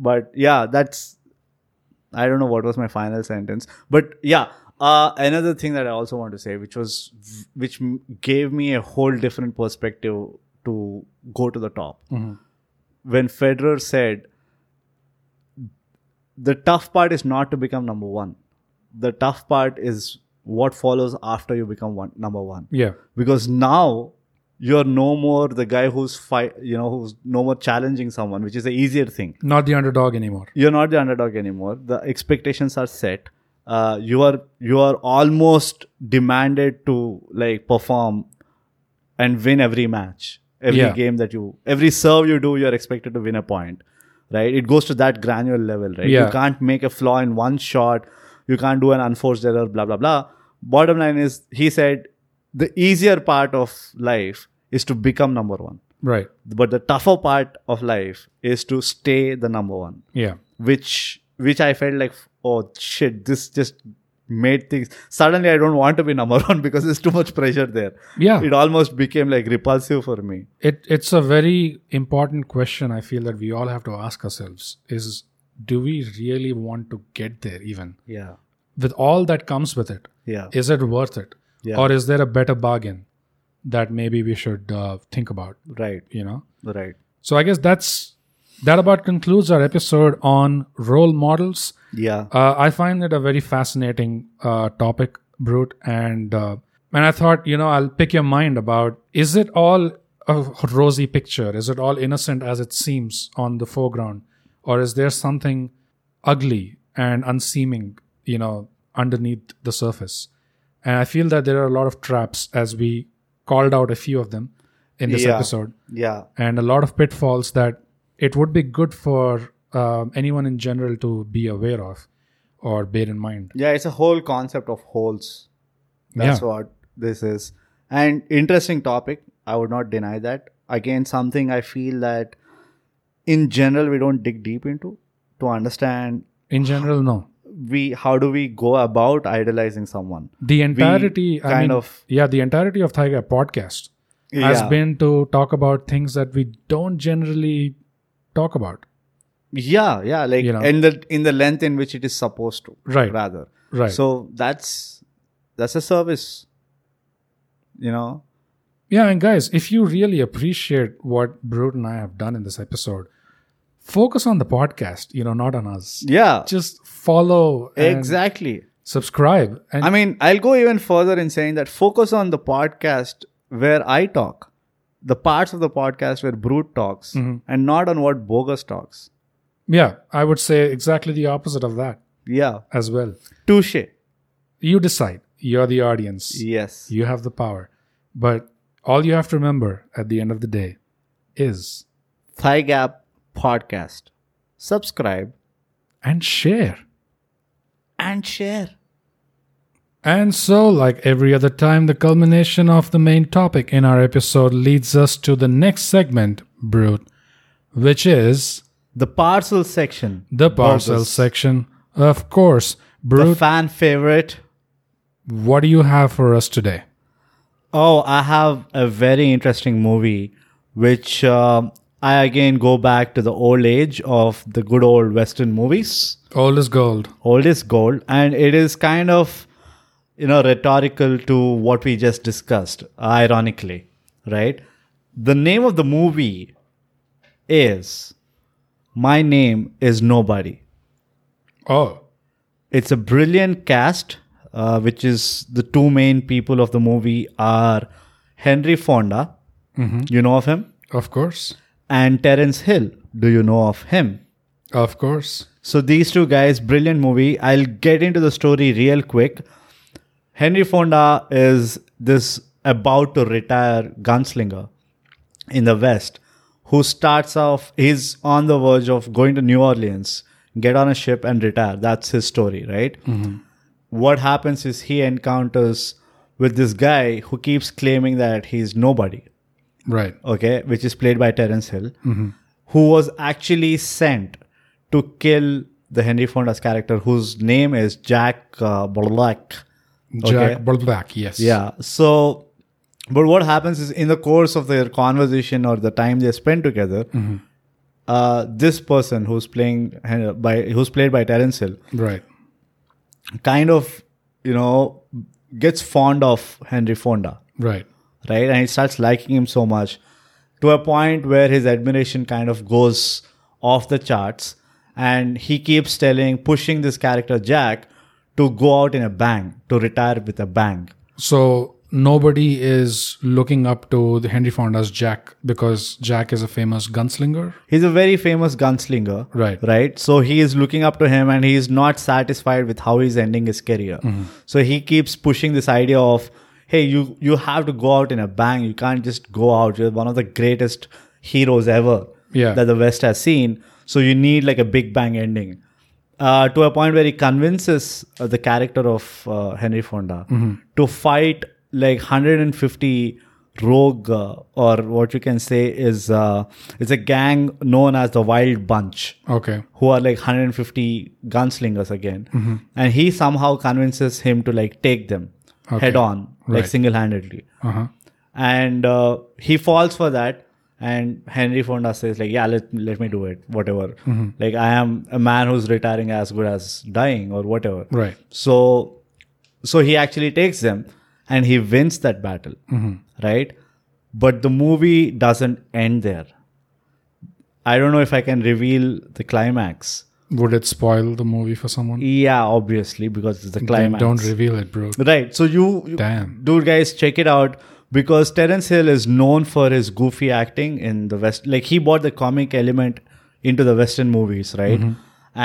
Speaker 1: But yeah, that's I don't know what was my final sentence, but yeah, uh, another thing that I also want to say, which was which m- gave me a whole different perspective to go to the top.
Speaker 2: Mhm.
Speaker 1: When Federer said, "The tough part is not to become number one. The tough part is what follows after you become one number one."
Speaker 2: Yeah.
Speaker 1: because now you're no more the guy who's fight you know who's no more challenging someone which is the easier thing
Speaker 2: Not the underdog anymore.
Speaker 1: you're not the underdog anymore the expectations are set uh, you are you are almost demanded to like perform and win every match every
Speaker 2: Yeah.
Speaker 1: game that you every serve you do you're expected to win a point right it goes to that granular level right
Speaker 2: Yeah.
Speaker 1: you can't make a flaw in one shot you can't do an unforced error blah blah blah bottom line is he said the easier part of life is to become number 1
Speaker 2: Right.
Speaker 1: but the tougher part of life is to stay the number 1
Speaker 2: Yeah.
Speaker 1: which which I felt like oh shit this just made things suddenly I don't want to be number one *laughs* because there's too much pressure there.
Speaker 2: Yeah.
Speaker 1: It almost became like repulsive for me.
Speaker 2: it it's a very important question i feel that we all have to ask ourselves is do we really want to get there even
Speaker 1: Yeah.
Speaker 2: with all that comes with it
Speaker 1: Yeah.
Speaker 2: is it worth it
Speaker 1: Yeah.
Speaker 2: or is there a better bargain that maybe we should uh, think about
Speaker 1: Right.
Speaker 2: you know
Speaker 1: Right.
Speaker 2: so i guess that's that about concludes our episode on role models
Speaker 1: Yeah.
Speaker 2: uh, I find it a very fascinating uh, topic, Brute, and uh, and I thought, you know, I'll pick your mind about is it all a rosy picture? Is it all innocent as it seems on the foreground, or is there something ugly and unseeming, you know, underneath the surface? And I feel that there are a lot of traps, as we called out a few of them in this
Speaker 1: Yeah.
Speaker 2: episode
Speaker 1: Yeah.
Speaker 2: and a lot of pitfalls that it would be good for um, anyone in general to be aware of or bear in mind.
Speaker 1: Yeah. It's a whole concept of holes. That's
Speaker 2: Yeah.
Speaker 1: what this is. And interesting topic. I would not deny that. Again, something I feel that in general we don't dig deep into to understand
Speaker 2: In general, no.
Speaker 1: we how do we go about idolizing someone.
Speaker 2: The entirety, I
Speaker 1: kind
Speaker 2: mean,
Speaker 1: of-
Speaker 2: yeah, the entirety of Thaiga podcast has
Speaker 1: Yeah.
Speaker 2: been to talk about things that we don't generally talk about.
Speaker 1: yeah yeah like
Speaker 2: You know?
Speaker 1: in the in the length in which it is supposed to
Speaker 2: Right.
Speaker 1: rather
Speaker 2: Right.
Speaker 1: so that's that's a service you know
Speaker 2: Yeah, and guys, if you really appreciate what Brute and I have done in this episode, focus on the podcast, you know, not on us.
Speaker 1: yeah
Speaker 2: Just follow and
Speaker 1: exactly
Speaker 2: subscribe. And
Speaker 1: i mean i'll go even further in saying that focus on the podcast where i talk the parts of the podcast where brute talks
Speaker 2: Mm-hmm.
Speaker 1: and not on what bogus talks
Speaker 2: Yeah, I would say exactly the opposite of that
Speaker 1: yeah
Speaker 2: as well.
Speaker 1: touche
Speaker 2: You decide. You're the audience.
Speaker 1: yes
Speaker 2: You have the power. But all you have to remember at the end of the day is
Speaker 1: thigh gap podcast subscribe
Speaker 2: and share.
Speaker 1: and share
Speaker 2: And so, like every other time, the culmination of the main topic in our episode leads us to the next segment, Brute, which is
Speaker 1: the parcel section
Speaker 2: the parcel
Speaker 1: Bogus.
Speaker 2: section. Of course,
Speaker 1: the
Speaker 2: Brute,
Speaker 1: fan favorite
Speaker 2: what do you have for us today?
Speaker 1: Oh, I have a very interesting movie, which um, I again go back to the old age of the good old Western movies.
Speaker 2: Old is gold.
Speaker 1: Old is gold, and it is kind of, you know, rhetorical to what we just discussed, ironically, right? The name of the movie is My Name is Nobody.
Speaker 2: Oh.
Speaker 1: It's a brilliant cast, uh, which is the two main people of the movie are Henry Fonda. You know of him?
Speaker 2: Of course.
Speaker 1: and Terence Hill. Do you know of him?
Speaker 2: Of course.
Speaker 1: So these two guys, brilliant movie. I'll get into the story real quick. Henry Fonda is this about to retire gunslinger in the West who starts off, he's on the verge of going to New Orleans, get on a ship and retire. That's his story, right? What happens is he encounters with this guy who keeps claiming that he's nobody
Speaker 2: Right.
Speaker 1: okay, which is played by Terence Hill, who was actually sent to kill the Henry Fonda's character, whose name is Jack uh, Black.
Speaker 2: Jack Burlback, yes.
Speaker 1: Yeah. So, but what happens is in the course of their conversation or the time they spend together, uh, this person who's playing Hen- by who's played by Terence Hill
Speaker 2: Right.
Speaker 1: kind of you know gets fond of Henry Fonda.
Speaker 2: Right.
Speaker 1: right? And he starts liking him so much to a point where his admiration kind of goes off the charts. And he keeps telling, pushing this character Jack to go out in a bang, to retire with a bang.
Speaker 2: So nobody is looking up to the Henry Fonda's Jack because Jack is a famous gunslinger.
Speaker 1: He's a very famous gunslinger,
Speaker 2: Right.
Speaker 1: right? So he is looking up to him and he is not satisfied with how he's ending his career. So he keeps pushing this idea of, hey, you, you have to go out in a bang. You can't just go out. You're one of the greatest heroes ever.
Speaker 2: Yeah.
Speaker 1: that the West has seen. So you need like a big bang ending uh, to a point where he convinces uh, the character of uh, Henry Fonda to fight like 150 rogue uh, or what you can say is uh, it's a gang known as the Wild Bunch
Speaker 2: okay.
Speaker 1: who are like 150 gunslingers again and he somehow convinces him to like take them head on like
Speaker 2: Right.
Speaker 1: single-handedly
Speaker 2: Uh huh.
Speaker 1: and uh, he falls for that and henry fonda says like yeah let, let me do it whatever like i am a man who's retiring as good as dying or whatever
Speaker 2: Right.
Speaker 1: so so he actually takes them and he wins that battle right but the movie doesn't end there i don't know if i can reveal the climax
Speaker 2: Would it spoil the movie for someone?
Speaker 1: yeah obviously because it's the E
Speaker 2: Then
Speaker 1: climax
Speaker 2: don't reveal it, bro.
Speaker 1: Right. So you, you-
Speaker 2: Damn.
Speaker 1: dude, guys, check it out because Terence Hill is known for his goofy acting in the West. Like he brought the comic element into the Western movies, right?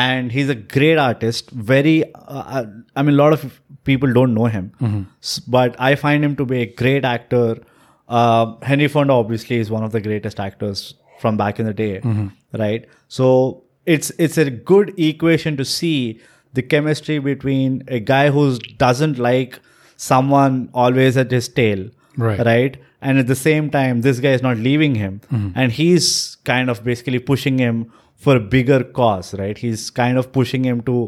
Speaker 1: And he's a great artist. Very, uh, uh, I mean, a lot of people don't know him, S- but I find him to be a great actor. Uh, Henry Fonda obviously is one of the greatest actors from back in the day, right? So it's it's a good equation to see the chemistry between a guy who doesn't like someone always at his tail,
Speaker 2: Right.
Speaker 1: Right, and at the same time, this guy is not leaving him, and he's kind of basically pushing him for a bigger cause, right? He's kind of pushing him to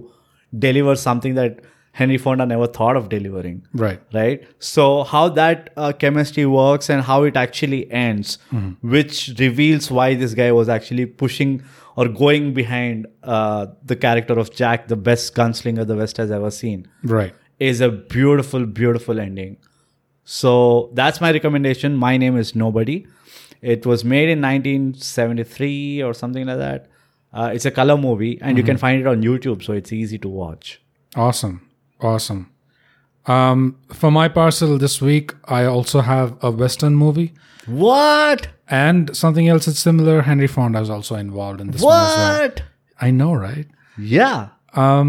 Speaker 1: deliver something that Henry Fonda never thought of delivering
Speaker 2: Right.
Speaker 1: right so how that uh, chemistry works and how it actually ends which reveals why this guy was actually pushing or going behind uh, the character of jack the best gunslinger the west has ever seen
Speaker 2: Right.
Speaker 1: is a beautiful beautiful ending so that's my recommendation my name is nobody it was made in 1973 or something like that uh, it's a color movie and you can find it on youtube so it's easy to watch
Speaker 2: Awesome. Awesome. Um, for my parcel this week, I also have a Western movie
Speaker 1: what
Speaker 2: and something else that's similar. Henry Fonda is also involved in this one as well.
Speaker 1: what
Speaker 2: I know, right?
Speaker 1: yeah
Speaker 2: Um,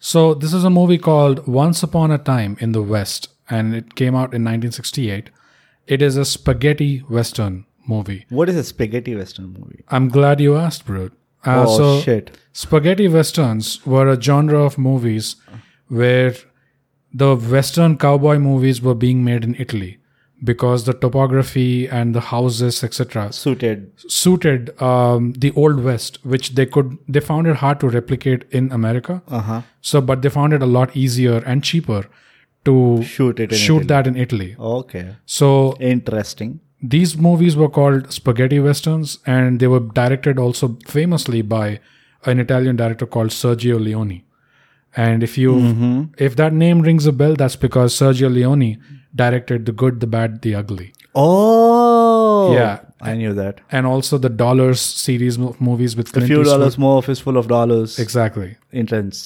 Speaker 2: So this is a movie called Once Upon a Time in the West, and it came out in 1968. It is a spaghetti western movie.
Speaker 1: What is a spaghetti western movie?
Speaker 2: I'm glad you asked, Brute. Uh,
Speaker 1: oh
Speaker 2: so
Speaker 1: shit!
Speaker 2: Spaghetti westerns were a genre of movies where the western cowboy movies were being made in Italy because the topography and the houses, etc.,
Speaker 1: Suited.
Speaker 2: suited um, the old west, which they could they found it hard to replicate in America.
Speaker 1: Uh-huh.
Speaker 2: So, but they found it a lot easier and cheaper to
Speaker 1: Shoot it in
Speaker 2: shoot
Speaker 1: Italy.
Speaker 2: that in Italy.
Speaker 1: Okay.
Speaker 2: So
Speaker 1: Interesting.
Speaker 2: These movies were called spaghetti westerns, and they were directed also famously by an Italian director called Sergio Leone. And if you
Speaker 1: Mm-hmm.
Speaker 2: if that name rings a bell, that's because Sergio Leone directed The Good, the Bad, the Ugly,
Speaker 1: Oh,
Speaker 2: Yeah.
Speaker 1: I knew that.
Speaker 2: and also the Dollars series of movies with
Speaker 1: A
Speaker 2: Clint
Speaker 1: few
Speaker 2: Eastwood.
Speaker 1: dollars more, fistful of dollars.
Speaker 2: Exactly.
Speaker 1: Intense.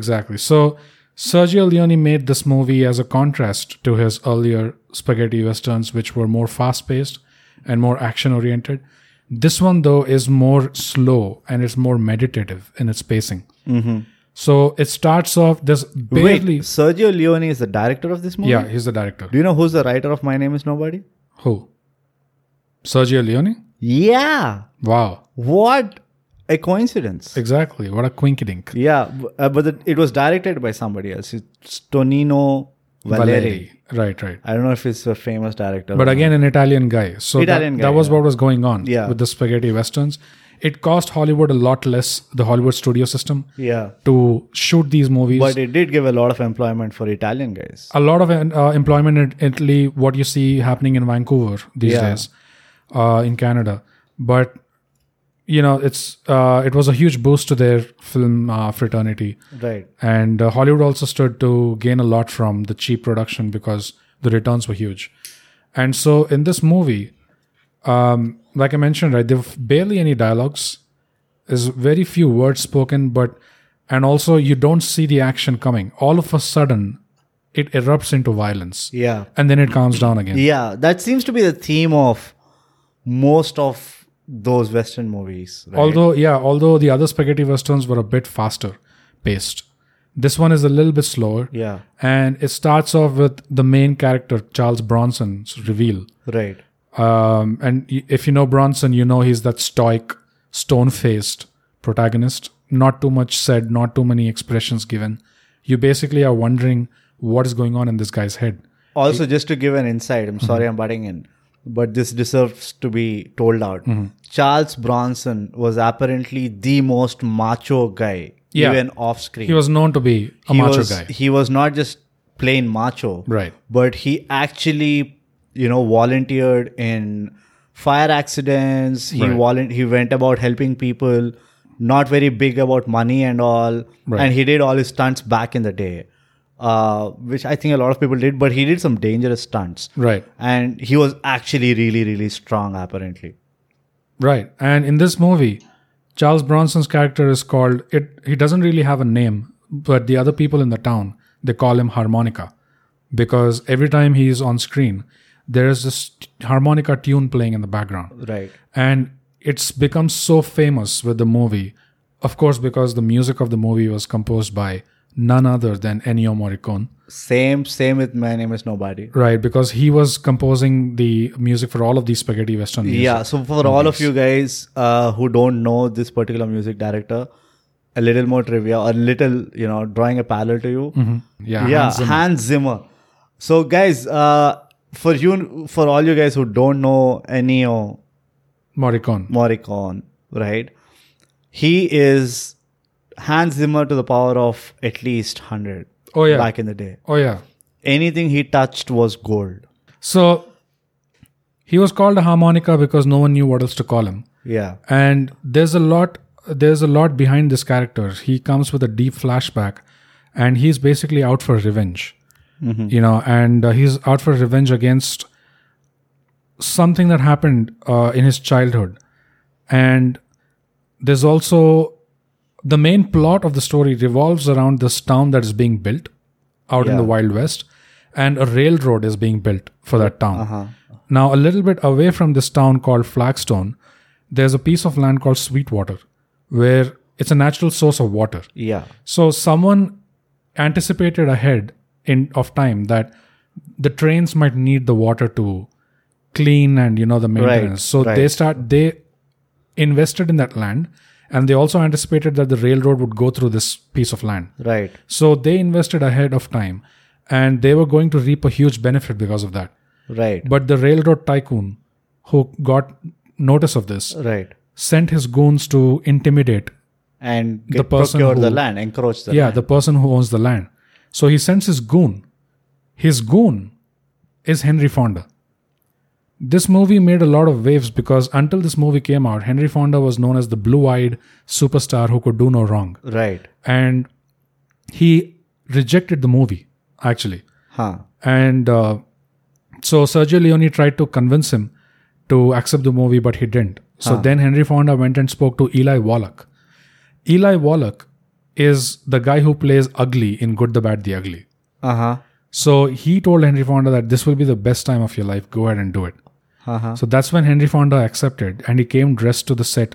Speaker 2: Exactly. So Sergio Leone made this movie as a contrast to his earlier spaghetti westerns, which were more fast paced and more action oriented. This one, though, is more slow and it's more meditative in its pacing. Mm-hmm. So it starts off this barely.
Speaker 1: Wait, Sergio Leone is the director of this movie.
Speaker 2: Yeah, he's the director.
Speaker 1: Do you know who's the writer of My Name Is Nobody?
Speaker 2: Who? Sergio Leone?
Speaker 1: Yeah.
Speaker 2: Wow.
Speaker 1: What a coincidence.
Speaker 2: Exactly. What a quinkydink.
Speaker 1: Yeah, b- uh, but it, it was directed by somebody else. It's Tonino Valeri.
Speaker 2: Right, right.
Speaker 1: I don't know if he's a famous director.
Speaker 2: But
Speaker 1: or
Speaker 2: again, an Italian guy. So that-
Speaker 1: Italian
Speaker 2: that,
Speaker 1: guy,
Speaker 2: was what was going on
Speaker 1: Yeah.
Speaker 2: with the spaghetti westerns. It cost Hollywood a lot less, the Hollywood studio system,
Speaker 1: not. yeah.
Speaker 2: to shoot these movies.
Speaker 1: But it did give a lot of employment for Italian guys.
Speaker 2: a lot of uh, employment in Italy, what you see happening in Vancouver these
Speaker 1: Yeah.
Speaker 2: days, uh, in Canada. But you know, it's uh, it was a huge boost to their film uh, fraternity,
Speaker 1: Right.
Speaker 2: and uh, Hollywood also stood to gain a lot from the cheap production because the returns were huge. And so in this movie, um, like I mentioned, right, there's barely any dialogues. There's very few words spoken, but and also you don't see the action coming. All of a sudden, it erupts into violence,
Speaker 1: Yeah.
Speaker 2: and then it calms down again.
Speaker 1: Yeah. That seems to be the theme of most of those Western movies. Right?
Speaker 2: Although, yeah, although the other spaghetti westerns were a bit faster paced, this one is a little bit slower.
Speaker 1: yeah.
Speaker 2: And it starts off with the main character Charles Bronson's reveal.
Speaker 1: Right.
Speaker 2: Um, and y- if you know Bronson, you know he's that stoic, stone faced protagonist. Not too much said, not too many expressions given. You basically are wondering what is going on in this guy's head.
Speaker 1: Also, just to give an insight, I'm sorry I'm butting in, but this deserves to be told out. Charles Bronson was apparently the most macho guy,
Speaker 2: Yeah.
Speaker 1: even off screen.
Speaker 2: He was known to be a macho guy.
Speaker 1: He was not just plain macho,
Speaker 2: Right.
Speaker 1: but he actually, you know, volunteered in fire accidents. He
Speaker 2: Right.
Speaker 1: volun- he went about helping people, not very big about money and all.
Speaker 2: Right.
Speaker 1: And he did all his stunts back in the day, uh, which I think a lot of people did. But he did some dangerous stunts,
Speaker 2: Right.
Speaker 1: and he was actually really, really strong. Apparently,
Speaker 2: Right. And in this movie, Charles Bronson's character is called it he doesn't really have a name, but the other people in the town, they call him harmonica because every time he is on screen, there is this t- harmonica tune playing in the background.
Speaker 1: right?
Speaker 2: And it's become so famous with the movie, of course because the music of the movie was composed by none other than Ennio Morricone.
Speaker 1: Same, same with my name is nobody.
Speaker 2: Right, because he was composing the music for all of these spaghetti western music.
Speaker 1: Yeah, so for all of you guys uh, who don't know this particular music director, a little more trivia, a little, you know, drawing a parallel to you.
Speaker 2: Mm-hmm. Yeah.
Speaker 1: Yeah,
Speaker 2: Hans Zimmer.
Speaker 1: Hans Zimmer. So guys, uh, for you, for all you guys who don't know Ennio
Speaker 2: Morricone.
Speaker 1: Morricone, right? He is Hans Zimmer to the power of at least hundred.
Speaker 2: Oh, yeah.
Speaker 1: back in the day,
Speaker 2: Oh yeah.
Speaker 1: anything he touched was gold.
Speaker 2: So he was called a harmonica because no one knew what else to call him.
Speaker 1: Yeah,
Speaker 2: And there's a lot there's a lot behind this character. He comes with a deep flashback and he's basically out for revenge. You know, and uh, he's out for revenge against something that happened uh, in his childhood. And there's also the main plot of the story revolves around this town that is being built out in the Wild West, and a railroad is being built for that town. Now, a little bit away from this town called Flagstone, there's a piece of land called Sweetwater, where it's a natural source of water.
Speaker 1: yeah,
Speaker 2: So someone anticipated ahead in of time that the trains might need the water to clean and you know the maintenance. so
Speaker 1: right.
Speaker 2: they start they invested in that land and they also anticipated that the railroad would go through this piece of land.
Speaker 1: right.
Speaker 2: So they invested ahead of time and they were going to reap a huge benefit because of that.
Speaker 1: Right,
Speaker 2: But the railroad tycoon who got notice of this
Speaker 1: right,
Speaker 2: sent his goons to intimidate
Speaker 1: and
Speaker 2: The
Speaker 1: get-
Speaker 2: person
Speaker 1: procure the
Speaker 2: who-
Speaker 1: land, encroach the
Speaker 2: yeah, the person who owns the land. So he sends his goon. His goon is Henry Fonda. This movie made a lot of waves because until this movie came out, Henry Fonda was known as the blue eyed superstar who could do no wrong.
Speaker 1: Right.
Speaker 2: And he rejected the movie, actually.
Speaker 1: Huh.
Speaker 2: And uh, so Sergio Leone tried to convince him to accept the movie, but he didn't. So then Henry Fonda went and spoke to Eli Wallach. Eli Wallach is the guy who plays Ugly in Good, the Bad, the Ugly.
Speaker 1: Uh huh.
Speaker 2: So he told Henry Fonda that this will be the best time of your life. Go ahead and do it.
Speaker 1: Uh huh.
Speaker 2: So that's when Henry Fonda accepted and he came dressed to the set,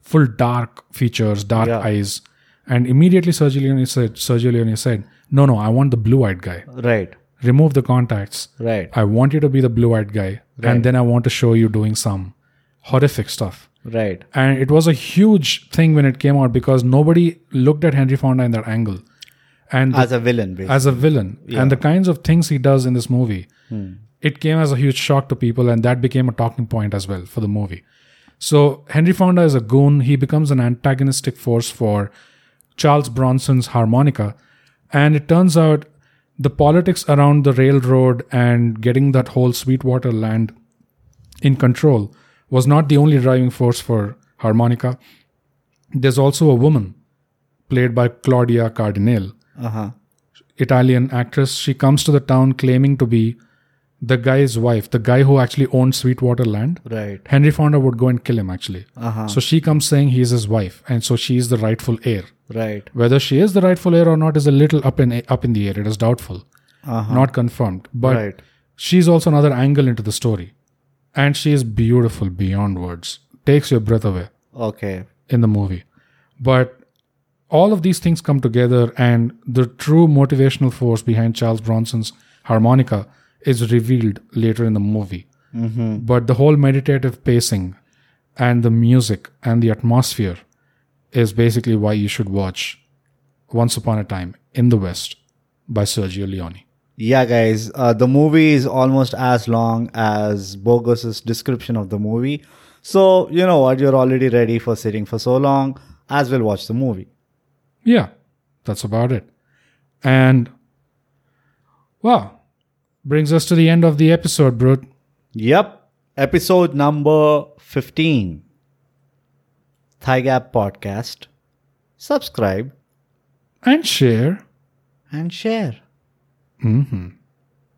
Speaker 2: full dark features, dark
Speaker 1: Yeah.
Speaker 2: eyes. And immediately Sergio Leone said, Sergio Leone said, No, no, I want the blue eyed guy.
Speaker 1: Right.
Speaker 2: Remove the contacts.
Speaker 1: Right.
Speaker 2: I want you to be the blue eyed guy. And then I want to show you doing some horrific stuff.
Speaker 1: Right.
Speaker 2: And it was a huge thing when it came out because nobody looked at Henry Fonda in that angle. And the
Speaker 1: As a villain, basically.
Speaker 2: as a villain and the kinds of things he does in this movie it came as a huge shock to people and that became a talking point as well for the movie so henry fonda is a goon he becomes an antagonistic force for charles bronson's harmonica and it turns out the politics around the railroad and getting that whole sweetwater land in control was not the only driving force for harmonica there's also a woman played by claudia cardinale
Speaker 1: uh huh.
Speaker 2: Italian actress. She comes to the town claiming to be the guy's wife, the guy who actually owned Sweetwater land.
Speaker 1: Right.
Speaker 2: Henry Fonda would go and kill him actually.
Speaker 1: Uh huh.
Speaker 2: So she comes saying he's his wife, and so she is the rightful heir.
Speaker 1: Right.
Speaker 2: Whether she is the rightful heir or not is a little up in up in the air. It is doubtful,
Speaker 1: Uh-huh.
Speaker 2: not confirmed. But
Speaker 1: Right.
Speaker 2: she's also another angle into the story, and she is beautiful beyond words. Takes your breath away
Speaker 1: Okay.
Speaker 2: in the movie. But all of these things come together, and the true motivational force behind Charles Bronson's harmonica is revealed later in the movie. But the whole meditative pacing and the music and the atmosphere is basically why you should watch Once Upon a Time in the West by Sergio Leone.
Speaker 1: Yeah, guys. Uh, the movie is almost as long as Bogus's description of the movie. So you know what? You're already ready for sitting for so long. As well, watch the movie.
Speaker 2: Yeah, that's about it. And well, brings us to the end of the episode, Brute.
Speaker 1: Yep. Episode number 15. Thigh Gap Podcast. Subscribe
Speaker 2: And share.
Speaker 1: and share.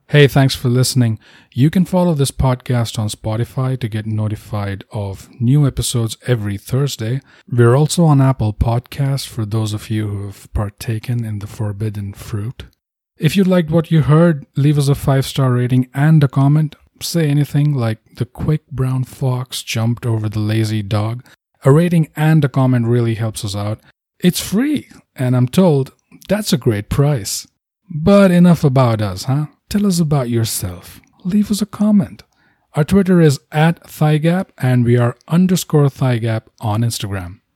Speaker 2: Hey, thanks for listening. You can follow this podcast on Spotify to get notified of new episodes every Thursday. We're also on Apple Podcasts for those of you who have partaken in the forbidden fruit. If you liked what you heard, leave us a five star rating and a comment. Say anything like the quick brown fox jumped over the lazy dog. A rating and a comment really helps us out. It's free, and I'm told that's a great price. But enough about us, huh? Tell us about yourself. Leave us a comment. Our Twitter is at ThighGap and we are underscore ThighGap on Instagram.